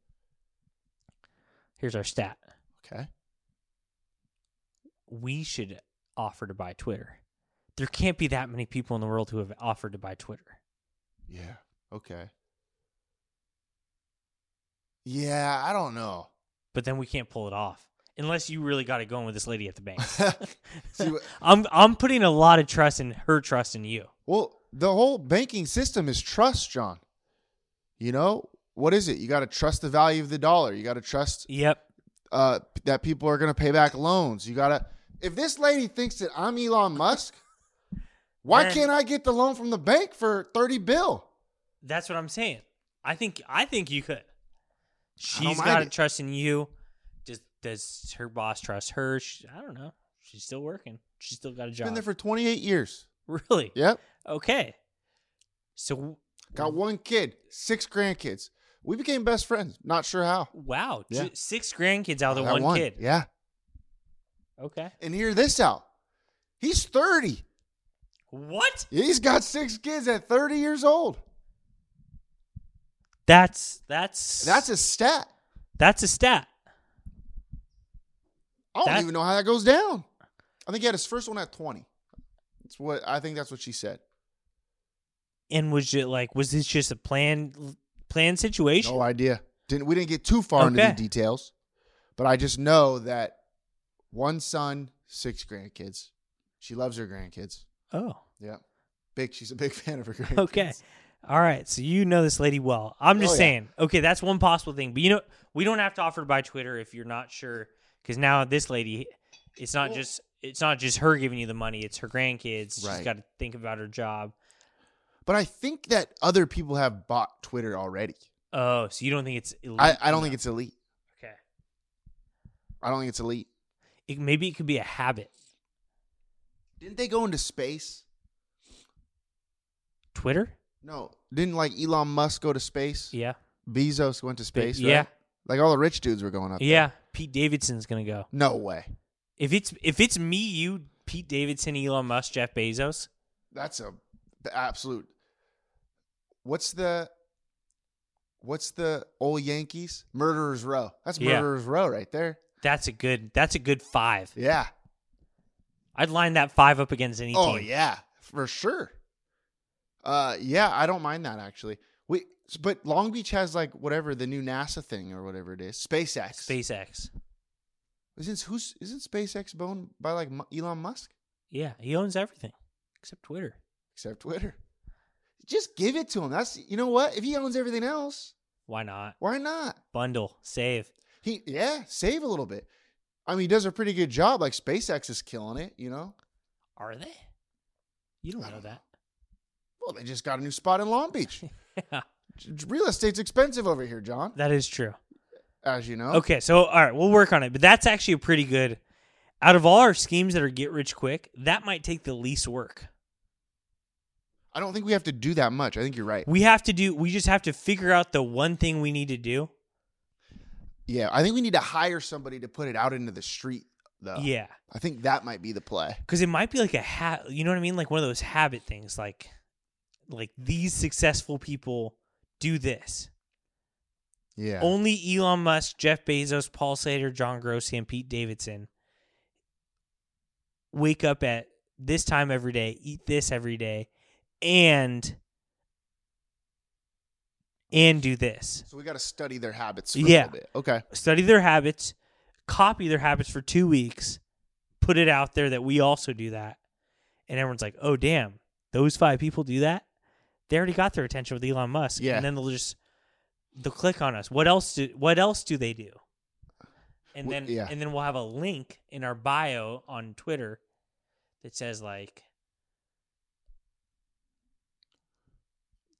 S3: Here's our stat.
S2: Okay.
S3: We should offer to buy Twitter. There can't be that many people in the world who have offered to buy Twitter.
S2: Yeah. Okay. Yeah, I don't know.
S3: But then we can't pull it off unless you really got it going with this lady at the bank.
S2: See, what-
S3: I'm I'm putting a lot of trust in her trust in you.
S2: well, the whole banking system is trust, John. You know, what is it? You got to trust the value of the dollar. You got to trust
S3: Yep.
S2: uh, that people are going to pay back loans. You gotta. If this lady thinks that I'm Elon Musk, Why
S3: Eh.
S2: can't I get the loan from the bank for 30 bill?
S3: That's what I'm saying. I think I think you could. She's
S2: mind
S3: got to
S2: it.
S3: trust in you. Does does her boss trust her? She, I don't know. She's still working. She's still got a job.
S2: Been there for 28 years.
S3: really?
S2: Yep.
S3: Okay. So
S2: Got one kid, six grandkids. We became best friends. Not sure how.
S3: wow,
S2: Yeah.
S3: ju- six grandkids out of the
S2: That
S3: one, kid.
S2: Yeah.
S3: Okay.
S2: And hear this out. He's 30.
S3: What?
S2: He's got six kids at 30 years old.
S3: That's that's
S2: That's a stat.
S3: that's a stat.
S2: I don't
S3: That-
S2: even know how that goes down. I think he had his first one at 20. That's what I think that's what she said.
S3: And was it like was this just a planned planned situation?
S2: No idea. Didn't we didn't get too far into the
S3: Okay.
S2: details, but I just know that one son, six grandkids. She loves her grandkids.
S3: oh.
S2: Yeah, big. She's a big fan of her grandkids.
S3: Okay. All right. So you know this lady well. I'm just
S2: Oh, yeah.
S3: saying. Okay, that's one possible thing. But you know, we don't have to offer it by Twitter if you're not sure, because now this lady, it's not just it's not just her giving you the money. It's her grandkids.
S2: Right.
S3: She's got to think about her job.
S2: But I think that other people have bought Twitter already.
S3: Oh, so you don't think it's illegal?
S2: I, I don't think it's elite.
S3: okay.
S2: I don't think it's elite.
S3: It, maybe it could be a habit.
S2: Didn't they go into space?
S3: Twitter.
S2: No. Didn't like Elon Musk go to space?
S3: Yeah.
S2: Bezos went to space.
S3: yeah.
S2: right? Like all the rich dudes were going up. there.
S3: Yeah. Pete Davidson's gonna go.
S2: No way.
S3: If it's if it's me, you, Pete Davidson, Elon Musk, Jeff Bezos.
S2: That's a the absolute. What's the what's the old Yankees? Murderers Row. That's
S3: Yeah.
S2: Murderers Row right there.
S3: That's a good. That's a good five.
S2: Yeah.
S3: I'd line that five up against any
S2: Oh
S3: team.
S2: yeah, for sure. Uh yeah, I don't mind that actually. We but Long Beach has like whatever the new NASA thing or whatever it is. SpaceX.
S3: SpaceX.
S2: Isn't who's isn't SpaceX owned by like Mu- Elon Musk
S3: Yeah, he owns everything except Twitter.
S2: except Twitter? Just give it to him. That's you know what? If he owns everything else,
S3: Why not?
S2: why not?
S3: Bundle, save.
S2: He yeah, save a little bit. I mean, he does a pretty good job. Like SpaceX is killing it, you know.
S3: Are they? You don't
S2: I
S3: know
S2: don't
S3: that.
S2: Well, they just got a new spot in Long Beach.
S3: Yeah,
S2: J- Real estate's expensive over here, John,
S3: that is true.
S2: as you know.
S3: Okay, so all right, we'll work on it. But that's actually a pretty good. Out of all our schemes that are get rich quick, that might take the least work.
S2: I don't think we have to do that much. I think you're right.
S3: We have to do. We just have to figure out the one thing we need to do.
S2: Yeah, I think we need to hire somebody to put it out into the street though.
S3: Yeah,
S2: I think that might be the play.
S3: because it might be like a hat. You know what I mean? Like one of those habit things. Like, like these successful people do this.
S2: Yeah.
S3: Only Elon Musk, Jeff Bezos, Paul Slater, John Grossi, and Pete Davidson wake up at this time every day, eat this every day, and and do this.
S2: so we got to study their habits for a
S3: Yeah.
S2: little bit. Okay.
S3: Study their habits, copy their habits for two weeks, put it out there that we also do that. And everyone's like, oh damn, those five people do that? They already got their attention with Elon Musk.
S2: Yeah.
S3: And then they'll just they'll click on us. What else do what else do they do? And
S2: Wh-
S3: then
S2: yeah.
S3: and then we'll have a link in our bio on Twitter that says like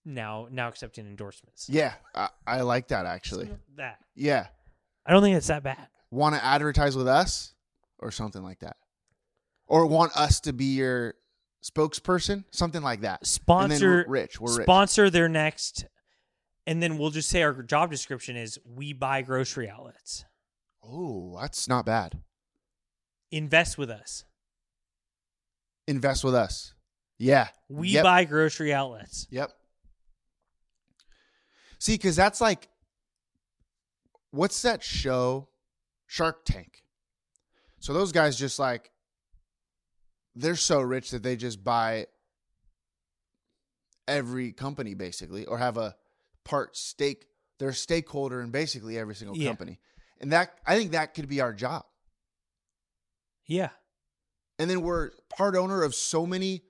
S3: now now accepting endorsements.
S2: Yeah, I, I like that actually.
S3: That.
S2: Yeah.
S3: I don't think it's that bad.
S2: want to advertise with us or something like that or want us to be your spokesperson something like that And then
S3: sponsor
S2: we're rich we're rich
S3: sponsor their next and then we'll just say our job description is we buy grocery outlets
S2: oh that's not bad
S3: invest with us
S2: invest with us yeah
S3: we
S2: Yep.
S3: buy grocery outlets
S2: yep see because that's like what's that show shark tank so those guys just like they're so rich that they just buy every company basically or have a part stake they're a stakeholder in basically every single
S3: Yeah.
S2: company and that i think that could be our job
S3: yeah
S2: and then we're part owner of so many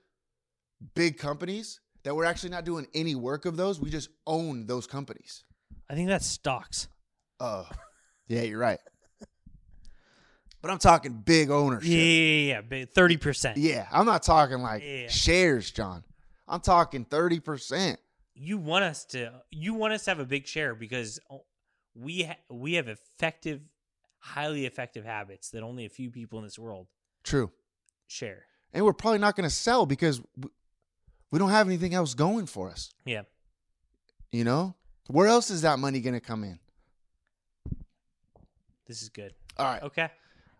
S2: big companies that we're actually not doing any work of those we just own those companies
S3: i think that's stocks
S2: oh yeah you're right but I'm talking big ownership.
S3: Yeah, yeah, yeah, yeah. Thirty percent.
S2: Yeah, I'm not talking like
S3: Yeah.
S2: shares, John. I'm talking 30%.
S3: You want us to. You want us to have a big share because oh, we ha- we have effective, highly effective habits that only a few people in this world
S2: True.
S3: share.
S2: And we're probably not going to sell because w- we don't have anything else going for us,
S3: Yeah.
S2: you know? Where else is that money going to come in?
S3: This is good.
S2: All right.
S3: Okay.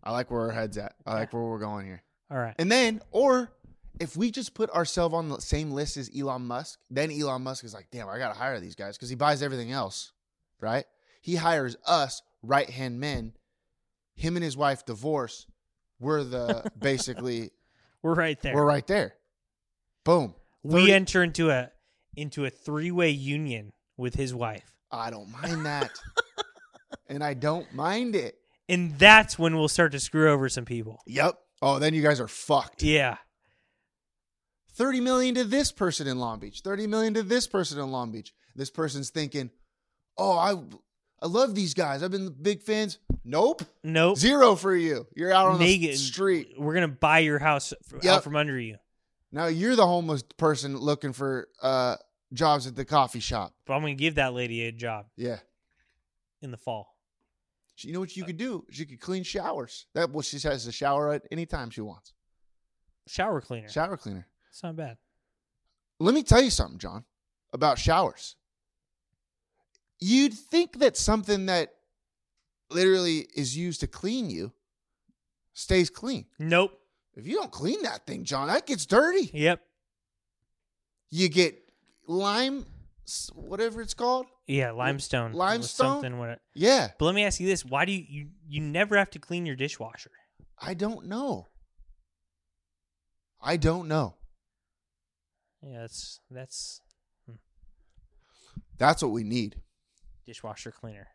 S2: I like where our head's at. I like where we're going here.
S3: All right.
S2: And then, or if we just put ourselves on the same list as Elon Musk, then Elon Musk is like, damn, I got to hire these guys because he buys everything else, right? He hires us, right hand men. Him and his wife divorce. We're the basically,
S3: We're right there.
S2: we're right there. Boom.
S3: we
S2: 30
S3: enter into a into a three way union with his wife,
S2: I don't mind that. and I don't mind it.
S3: and that's when we'll start to screw over some people.
S2: Yep. Oh, then you guys are fucked.
S3: Yeah.
S2: 30 million to this person in Long Beach, 30 million to this person in Long Beach. This person's thinking, oh, I I love these guys. I've been big fans. Nope.
S3: Nope.
S2: Zero for you. You're out on the
S3: Naked.
S2: street.
S3: We're gonna buy your house f-
S2: Yep.
S3: out from under you,
S2: Now you're the homeless person looking for uh jobs at the coffee shop.
S3: but I'm gonna give that lady a job
S2: Yeah.
S3: in the fall.
S2: You know what you could do? She could clean showers. That well, she has a shower at any time she wants.
S3: Shower cleaner.
S2: Shower cleaner.
S3: it's not bad.
S2: Let me tell you something, John, about showers. You'd think that something that literally is used to clean you stays clean.
S3: Nope.
S2: If you don't clean that thing, John, that gets dirty.
S3: Yep.
S2: You get lime, s- whatever it's called.
S3: Yeah. Limestone. was
S2: Limestone?
S3: Something. What?
S2: Yeah,
S3: But let me ask you this: Why do you, you you never have to clean your dishwasher?
S2: I don't know. I don't know.
S3: Yeah. That's that's
S2: That's what we need.
S3: dishwasher cleaner.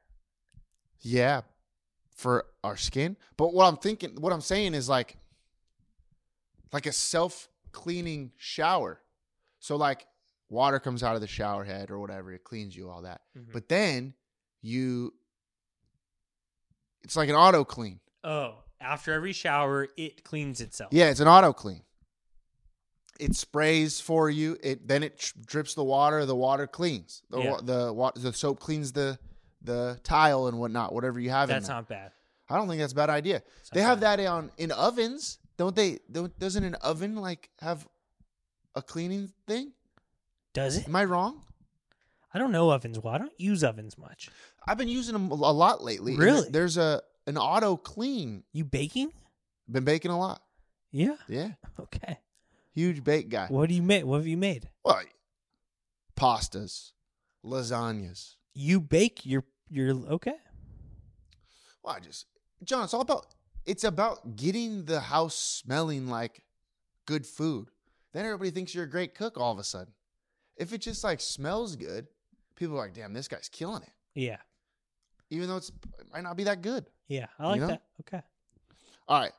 S2: Yeah, for our skin. But what I'm thinking, what I'm saying is like, like a self cleaning shower. So like, water comes out of the shower head or whatever, it cleans you all that.
S3: Mhm.
S2: But then you, it's like an auto clean.
S3: Oh, after every shower, it cleans itself.
S2: Yeah, it's an auto clean. It sprays for you. It then it tr- drips the water. The water cleans. The
S3: Yeah.
S2: wa- the, wa- the soap cleans the the tile and whatnot. Whatever you have. in
S3: That's
S2: there.
S3: not bad.
S2: I don't think that's a bad idea.
S3: It's not
S2: They have
S3: bad.
S2: that on in ovens, don't they? Don't, doesn't an oven like have a cleaning thing?
S3: Does it?
S2: Am I wrong?
S3: I don't know ovens well. I don't use ovens much.
S2: I've been using them a lot lately. and
S3: Really?
S2: There's a an auto clean.
S3: You baking?
S2: Been baking a lot.
S3: Yeah.
S2: Yeah,
S3: Okay.
S2: huge bake guy.
S3: What do you make? What have you made?
S2: Well, pastas, lasagnas.
S3: You bake your your okay.
S2: Well, I just John. It's all about it's about getting the house smelling like good food. Then everybody thinks you're a great cook all of a sudden. If it just like smells good, people are like, "Damn, this guy's killing it,"
S3: Yeah.
S2: even though it's it might not be that good.
S3: Yeah. I like
S2: know?
S3: that. Okay.
S2: All right,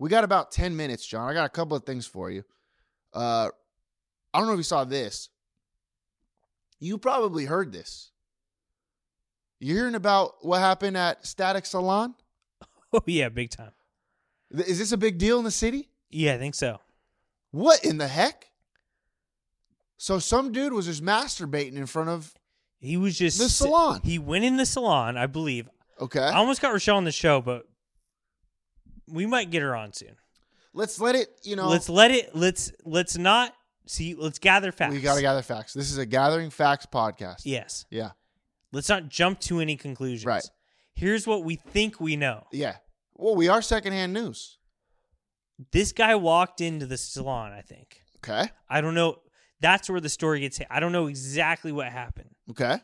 S2: we got about ten minutes, John. I got a couple of things for you. Uh, I don't know if you saw this. You probably heard this. You're hearing about what happened at Static Salon.
S3: Oh yeah, big time.
S2: Th- Is this a big deal in the city?
S3: Yeah, I think so.
S2: What in the heck? So some dude was just masturbating in front of.
S3: He was just
S2: The
S3: si-
S2: salon.
S3: He went in the salon, I believe.
S2: Okay,
S3: I almost got Rochelle on the show, but we might get her on soon.
S2: let's let it. You know,
S3: Let's let it. Let's let's not see. Let's gather facts.
S2: we gotta gather facts. This is a gathering facts podcast.
S3: Yes.
S2: yeah,
S3: Let's not jump to any conclusions.
S2: Right.
S3: Here's what we think we know.
S2: yeah. Well, we are secondhand news.
S3: This guy walked into the salon, I think.
S2: Okay,
S3: I don't know. That's where the story gets hit. I don't know exactly what happened.
S2: okay.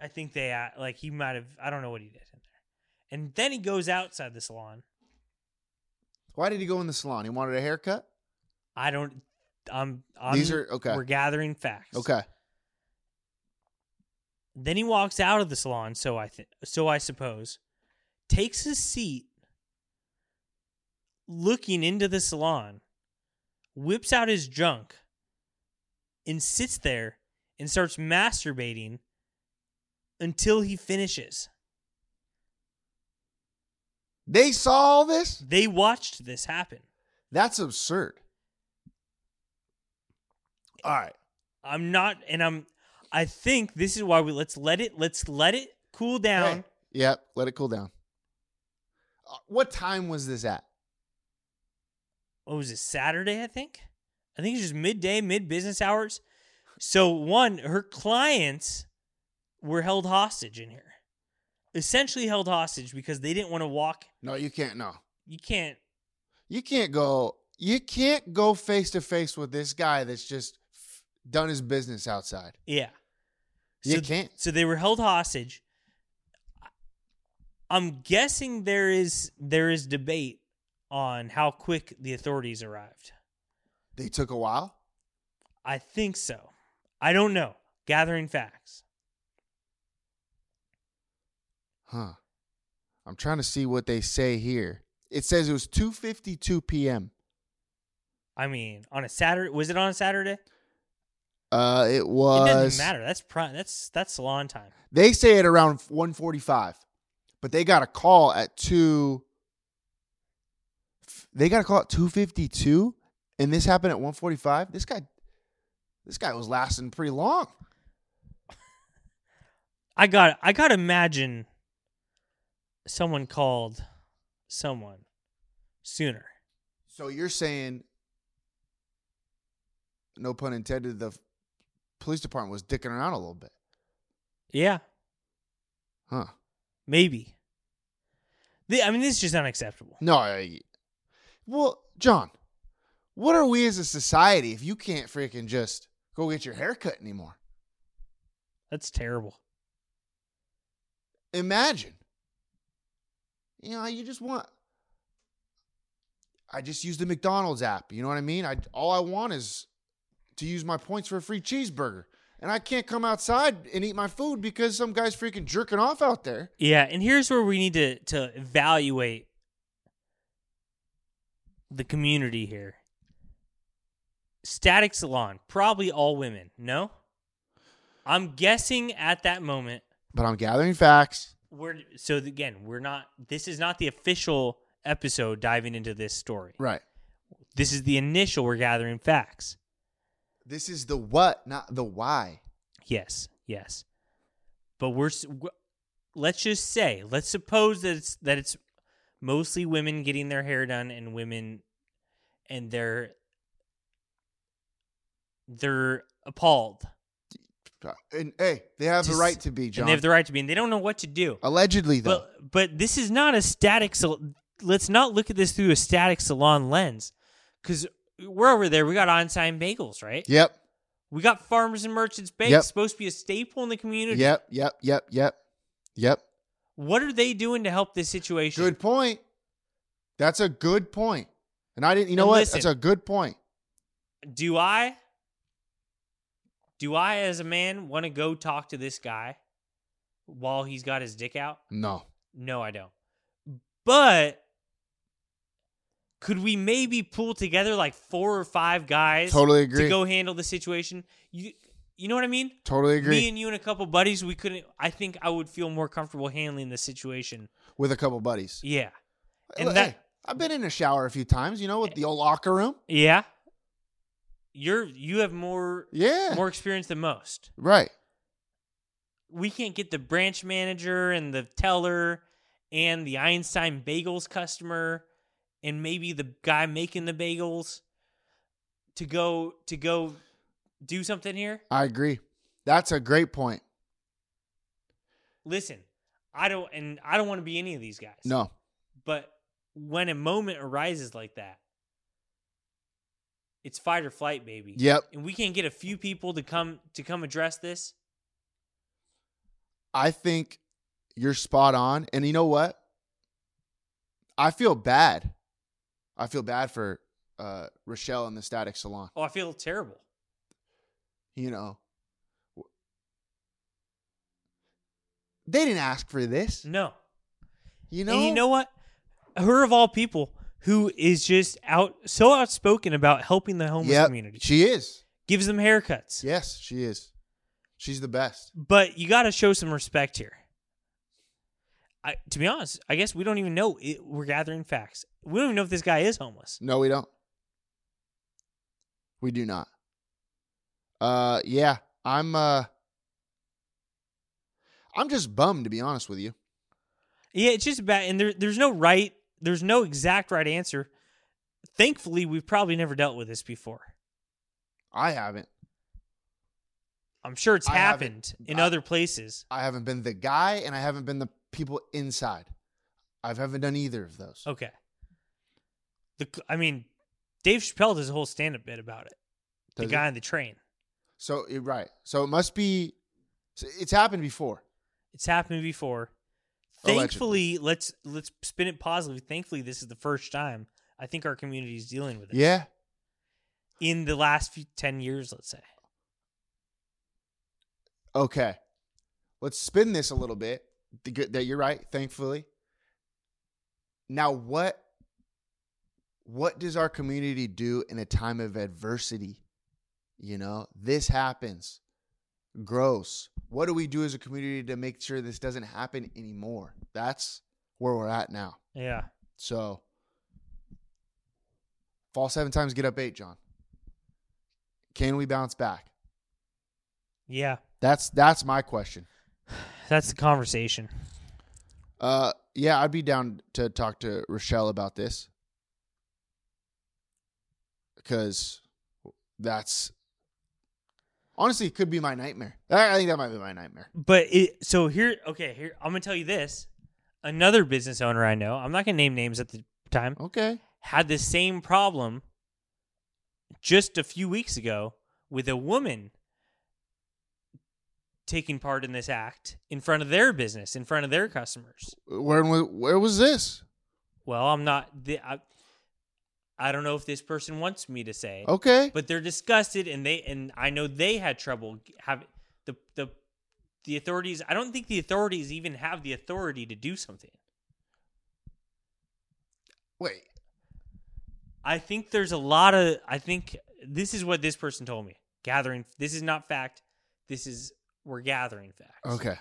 S3: I think they uh, like he might have. I don't know what he did in there. And then he goes outside the salon.
S2: Why did he go in the salon? He wanted a haircut.
S3: I don't. I'm. I'm
S2: These are- okay.
S3: We're gathering facts.
S2: Okay,
S3: Then he walks out of the salon. So I think. So I suppose takes his seat, looking into the salon, whips out his junk, and sits there and starts masturbating until he finishes.
S2: They saw all this?
S3: They watched this happen.
S2: That's absurd. All right.
S3: I'm not, and I'm. I think this is why we let's let it let's let it cool down.
S2: Hey. Yep. Let it cool down. Uh, What time was this at?
S3: What was it Saturday? I think. I think it's just midday, mid business hours. So one, her clients were held hostage in here, essentially held hostage because they didn't want to walk.
S2: No, you can't. No.
S3: You can't.
S2: You can't go. You can't go face to face with this guy that's just f- done his business outside.
S3: Yeah.
S2: You
S3: so,
S2: can't.
S3: So they were held hostage. I'm guessing there is there is debate on how quick the authorities arrived.
S2: They took a while.
S3: I think so. I don't know. Gathering facts.
S2: Huh. I'm trying to see what they say here. It says it was 2:52 p.m.
S3: I mean, on a Saturday was it on a Saturday?
S2: Uh, it
S3: it
S2: was.
S3: doesn't matter. That's prime. That's that's salon time.
S2: They say it around 1:45, but they got a call at two. They got a call at 2:52, and this happened at 1:45. This guy, this guy was lasting pretty long.
S3: I got I got to imagine someone called someone sooner.
S2: So you're saying, no pun intended, the police department was dicking around a little bit,
S3: Yeah.
S2: huh?
S3: Maybe. The, I mean, this is just unacceptable.
S2: No, I, well, John, what are we as a society if you can't freaking just go get your hair cut anymore?
S3: That's terrible.
S2: Imagine, you know, you just want. I just use the McDonald's app. You know what I mean? I all I want is to use my points for a free cheeseburger, and I can't come outside and eat my food because some guy's freaking jerking off out there.
S3: Yeah, and here's where we need to to evaluate the community here. Static salon, probably all women. No, I'm guessing at that moment
S2: But I'm gathering facts.
S3: we're so again we're not. This is not the official episode diving into this story.
S2: Right.
S3: This is the initial. We're gathering facts.
S2: This is the what, not the why.
S3: Yes, yes. But we're s- w- let's just say, let's suppose that it's that it's mostly women getting their hair done and women and they're they're appalled.
S2: And hey, they have the
S3: Just-
S2: right to be, John.
S3: And they have the right to be and they don't know what to do.
S2: Allegedly, though.
S3: But but this is not a static so let's not look at this through a static salon lens cuz we're over there. We got on-sign bagels, right?
S2: yep,
S3: We got farmers and merchants bakes
S2: Yep.
S3: supposed to be a staple in the community.
S2: yep, yep, yep, yep, yep.
S3: What are they doing to help this situation?
S2: Good point. That's a good point. And I didn't. You know
S3: And
S2: what?
S3: listen.
S2: That's a good point.
S3: Do I do I as a man want to go talk to this guy while he's got his dick out?
S2: No.
S3: No, I don't. But could we maybe pull together like four or five guys
S2: Totally agree.
S3: to go handle the situation? You you know what I mean?
S2: Totally
S3: Me
S2: agree.
S3: and you and a couple buddies, we couldn't I think I would feel more comfortable handling the situation.
S2: With a couple buddies.
S3: Yeah. And
S2: Look,
S3: that Eh.
S2: hey, I've been in a shower a few times. You know, with the old locker room.
S3: yeah. You're you have more
S2: Yeah.
S3: more experience than most.
S2: Right.
S3: we can't get the branch manager and the teller and the Einstein bagels customer and maybe the guy making the bagels to go to go do something here.
S2: I agree. That's a great point.
S3: Listen, I don't and I don't want to be any of these guys.
S2: No.
S3: But when a moment arises like that, it's fight or flight, baby.
S2: Yep.
S3: And we can't get a few people to come to come address this.
S2: I think you're spot on. And you know what? I feel bad. I feel bad for uh, Rochelle in the static salon.
S3: Oh, I feel terrible.
S2: You know, they didn't ask for this.
S3: No.
S2: You know,
S3: And you know what? Her of all people, who is just out so outspoken about helping the homeless
S2: Yep,
S3: community,
S2: She is.
S3: gives them haircuts.
S2: Yes, she is. She's the best.
S3: But you got to show some respect here. I, to be honest, I guess we don't even know. It, we're gathering facts. We don't even know if this guy is homeless.
S2: No, we don't. We do not. Uh yeah, I'm uh I'm just bummed to be honest with you.
S3: Yeah, it's just bad. And there, there's no right, there's no exact right answer. Thankfully, we've probably never dealt with this before.
S2: I haven't.
S3: I'm sure it's
S2: I haven't-
S3: happened in
S2: I-
S3: other places.
S2: I haven't been the guy and I haven't been the people inside. I haven't done either of those.
S3: Okay. The I mean, Dave Chappelle does a whole stand-up bit about it.
S2: Does
S3: the
S2: it?
S3: guy on the train.
S2: So you're right. So it must be so it's happened before.
S3: It's happened before. Thankfully, let's let's spin it positively. Thankfully, this is the first time I think our community is dealing with it.
S2: Yeah.
S3: In the last few, ten years, let's say.
S2: Okay. Let's spin this a little bit. The good that you're right, thankfully. Now what what does our community do in a time of adversity? You know, this happens. Gross. What do we do as a community to make sure this doesn't happen anymore? That's where we're at now.
S3: Yeah.
S2: So fall seven times, get up eight, John. Can we bounce back?
S3: Yeah.
S2: That's that's my question.
S3: That's the conversation.
S2: Uh, yeah, I'd be down to talk to Rochelle about this because that's honestly it could be my nightmare. I I think that might be my nightmare.
S3: But it so here okay, here I'm gonna tell you this. Another business owner I know, I'm not gonna name names at the time,
S2: Okay,
S3: had the same problem just a few weeks ago with a woman taking part in this act in front of their business, in front of their customers.
S2: where wa- where was this?
S3: Well, I'm not the I, I don't know if this person wants me to say.
S2: Okay,
S3: But they're disgusted and they and I know they had trouble have the the the authorities I don't think the authorities even have the authority to do something.
S2: wait,
S3: I think there's a lot of. I think this is what this person told me. Gathering. This is not fact. This is we're gathering facts.
S2: okay,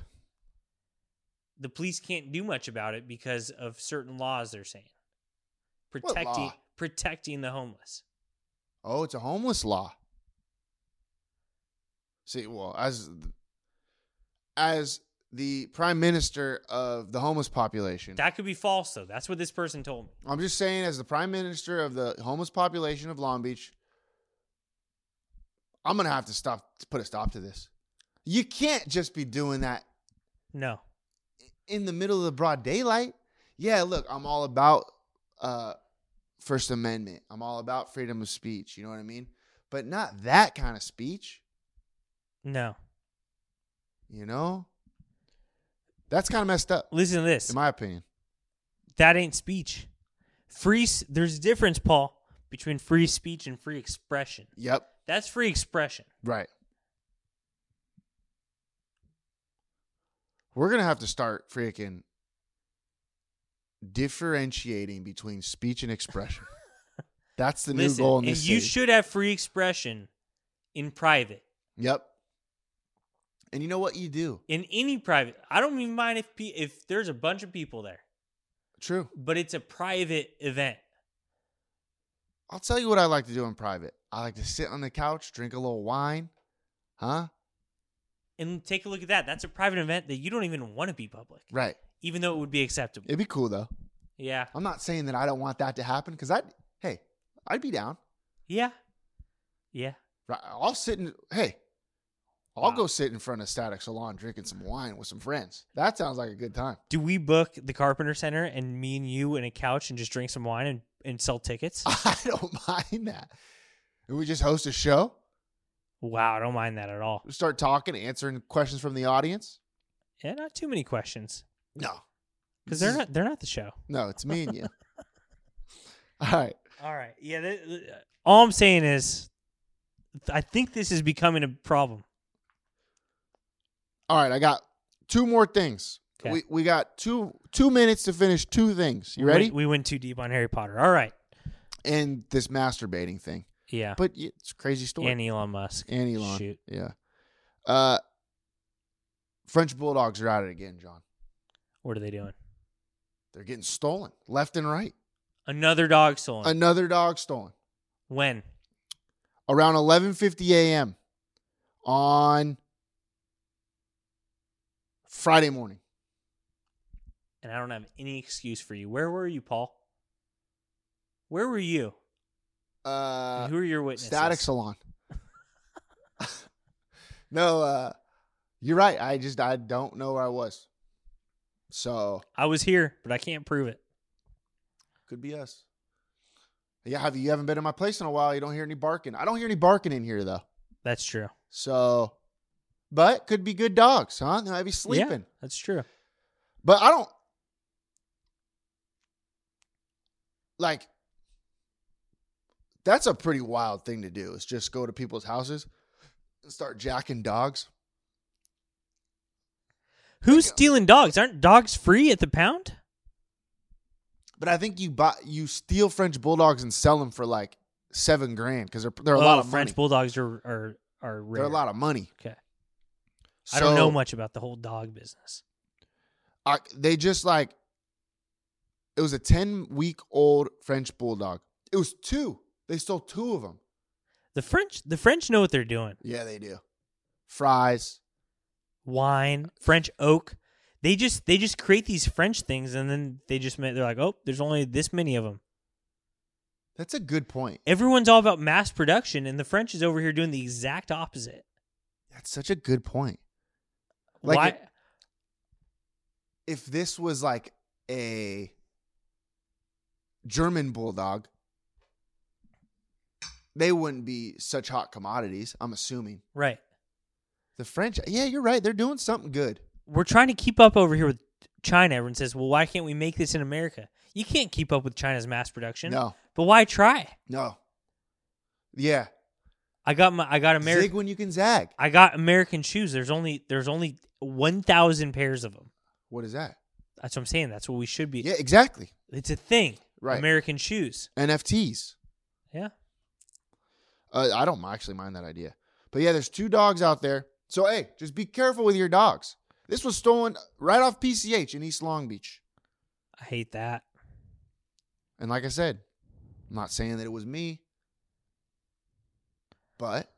S3: The police can't do much about it because of certain laws. They're saying
S2: What
S3: protecting
S2: law?
S3: protecting the homeless.
S2: oh, it's a homeless law. See, well, as as the prime minister of the homeless population,
S3: That could be false though. That's what this person told me.
S2: I'm just saying, as the prime minister of the homeless population of Long Beach, I'm gonna have to stop to put a stop to this. You can't just be doing that
S3: No.
S2: in the middle of the broad daylight. Yeah, look, I'm all about uh, First Amendment. I'm all about freedom of speech. You know what I mean? But not that kind of speech.
S3: No.
S2: You know, that's kind of messed up,
S3: Listen to this.
S2: in my opinion.
S3: that ain't speech. Free. s- There's a difference, Paul, between free speech and free expression.
S2: Yep.
S3: That's free expression.
S2: Right. We're gonna have to start freaking differentiating between speech and expression. That's the new goal in
S3: and
S2: this.
S3: you
S2: city.
S3: should have free expression in private
S2: Yep. And you know what you do?
S3: in any private i don't even mind if pe- if there's a bunch of people there
S2: True.
S3: but it's a private event
S2: I'll tell you what I like to do in private. I like to sit on the couch, drink a little wine, huh?
S3: and take a look at that that's a private event that you don't even want to be public
S2: Right.
S3: even though it would be acceptable
S2: It'd be cool though.
S3: yeah
S2: I'm not saying that I don't want that to happen because I, hey, I'd be down.
S3: yeah yeah
S2: Right. I'll sit in. Hey, I'll
S3: Wow.
S2: go sit in front of Static Salon drinking some wine with some friends. That sounds like a good time.
S3: do we book the carpenter center and me and you and a couch and just drink some wine and, and sell tickets
S2: I don't mind that. And we just host a show,
S3: wow i don't mind that at all
S2: We start talking, answering questions from the audience.
S3: yeah not too many questions
S2: No,
S3: because they're not they're not the show
S2: no, it's me and you. All right,
S3: All right. Yeah. uh, th- th- all I'm saying is, th- I think this is becoming a problem.
S2: all right. I got two more things.
S3: Okay.
S2: We we got two two minutes to finish two things. You ready?
S3: We, we went too deep on Harry Potter. All right.
S2: and this masturbating thing,
S3: Yeah.
S2: but y- it's a crazy story.
S3: and Elon Musk.
S2: and Elon.
S3: Shoot.
S2: Yeah. Uh, French Bulldogs are at it again, John.
S3: What are they doing?
S2: They're getting stolen left and right.
S3: Another dog stolen.
S2: Another dog stolen.
S3: when?
S2: around 11:50 a.m. on Friday morning.
S3: And I don't have any excuse for you. Where were you, Paul? Where were you?
S2: Uh,
S3: And who are your witnesses?
S2: static salon. no, uh, you're right. I just I don't know where I was, so
S3: I was here, but I can't prove it.
S2: could be us. Yeah, have you, you haven't been in my place in a while? You don't hear any barking. I don't hear any barking in here though.
S3: That's true.
S2: So, but could be good dogs, huh? They might be sleeping.
S3: Yeah, that's true.
S2: But I don't like that's a pretty wild thing to do is just go to people's houses and start jacking dogs.
S3: Who's stealing dogs? Aren't dogs free at the pound?
S2: But I think you buy you steal French bulldogs and sell them for like seven grand because they're they're a lot
S3: Oh,
S2: of
S3: French
S2: money.
S3: bulldogs are are are rare.
S2: They're a lot of money.
S3: Okay. I don't
S2: So-
S3: know much about the whole dog business.
S2: I, they just like it was a 10 week old French bulldog. It was two. They stole two of them.
S3: The French the French know what they're doing.
S2: Yeah, they do. Fries.
S3: Wine, French oak. They just they just create these French things and then they just ma- they're like, "Oh, there's only this many of them."
S2: That's a good point.
S3: Everyone's all about mass production and the French is over here doing the exact opposite.
S2: That's such a good point. Like
S3: Why
S2: it- If this was like a German bulldog, they wouldn't be such hot commodities, I'm assuming.
S3: Right.
S2: The French, yeah, you're right. They're doing something good.
S3: We're trying to keep up over here with China. Everyone says, "Well, why can't we make this in America?" You can't keep up with China's mass production.
S2: No,
S3: But why try?
S2: no. Yeah.
S3: I got my I got American
S2: Zig when you can zag.
S3: I got American shoes. There's only there's only 1,000 pairs of them.
S2: What is that?
S3: That's what I'm saying. That's what we should be.
S2: Yeah, exactly.
S3: It's a thing.
S2: Right.
S3: American shoes.
S2: NFTs.
S3: Yeah.
S2: Uh, I don't actually mind that idea. But yeah, there's two dogs out there. So hey, just be careful with your dogs. This was stolen right off PCH in East Long Beach.
S3: I hate that.
S2: And like I said, I'm not saying that it was me, but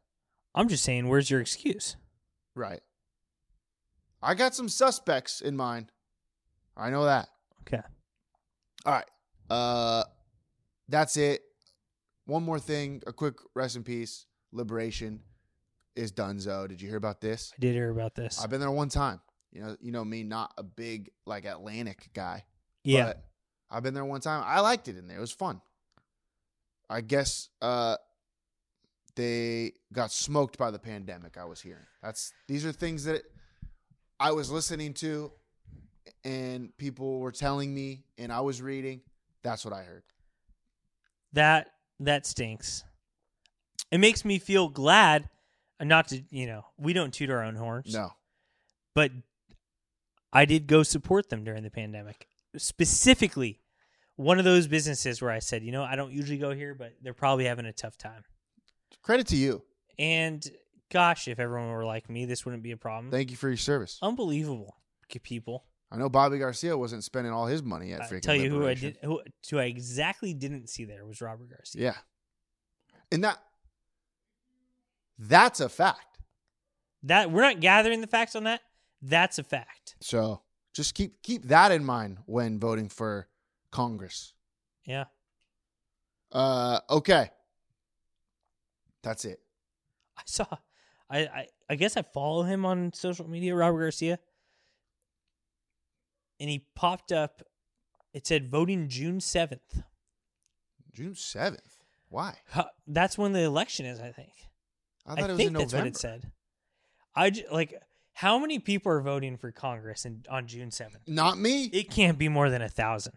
S3: I'm just saying, where's your excuse?
S2: right. I got some suspects in mind. I know that.
S3: Okay.
S2: All right. Uh that's it. One more thing, a quick rest in peace. Liberation is Dunzo. Did you hear about this?
S3: I did hear about this.
S2: I've been there one time. You know, you know me, not a big like Atlantic guy.
S3: yeah.
S2: But I've been there one time. I liked it in there. It was fun. I guess uh they got smoked by the pandemic I was hearing. That's these are things that I was listening to and people were telling me and I was reading. That's what I heard.
S3: that that stinks. It makes me feel glad uh, not to, you know, we don't toot our own horns.
S2: No.
S3: But I did go support them during the pandemic. Specifically, one of those businesses where I said, you know, I don't usually go here, but they're probably having a tough time.
S2: Credit to you.
S3: Mm-hmm. And gosh, if everyone were like me, this wouldn't be a problem.
S2: Thank you for your service.
S3: Unbelievable, g- people.
S2: I know Bobby Garcia wasn't spending all his money at
S3: I
S2: freaking
S3: Uh, tell you who I
S2: Liberation.
S3: did, who, who I exactly didn't see there was Robert Garcia.
S2: Yeah. And that that's a fact.
S3: That we're not gathering the facts on that. That's a fact.
S2: So just keep keep that in mind when voting for Congress.
S3: Yeah.
S2: Uh okay. That's it.
S3: I saw. I, I I guess I follow him on social media, Robert Garcia, and he popped up. It said voting June seventh.
S2: June seventh. Why?
S3: That's when the election is, I think.
S2: I thought it was
S3: think
S2: in
S3: that's
S2: November.
S3: what it said. I j- like how many people are voting for Congress in, on June seventh?
S2: Not me.
S3: It can't be more than a thousand.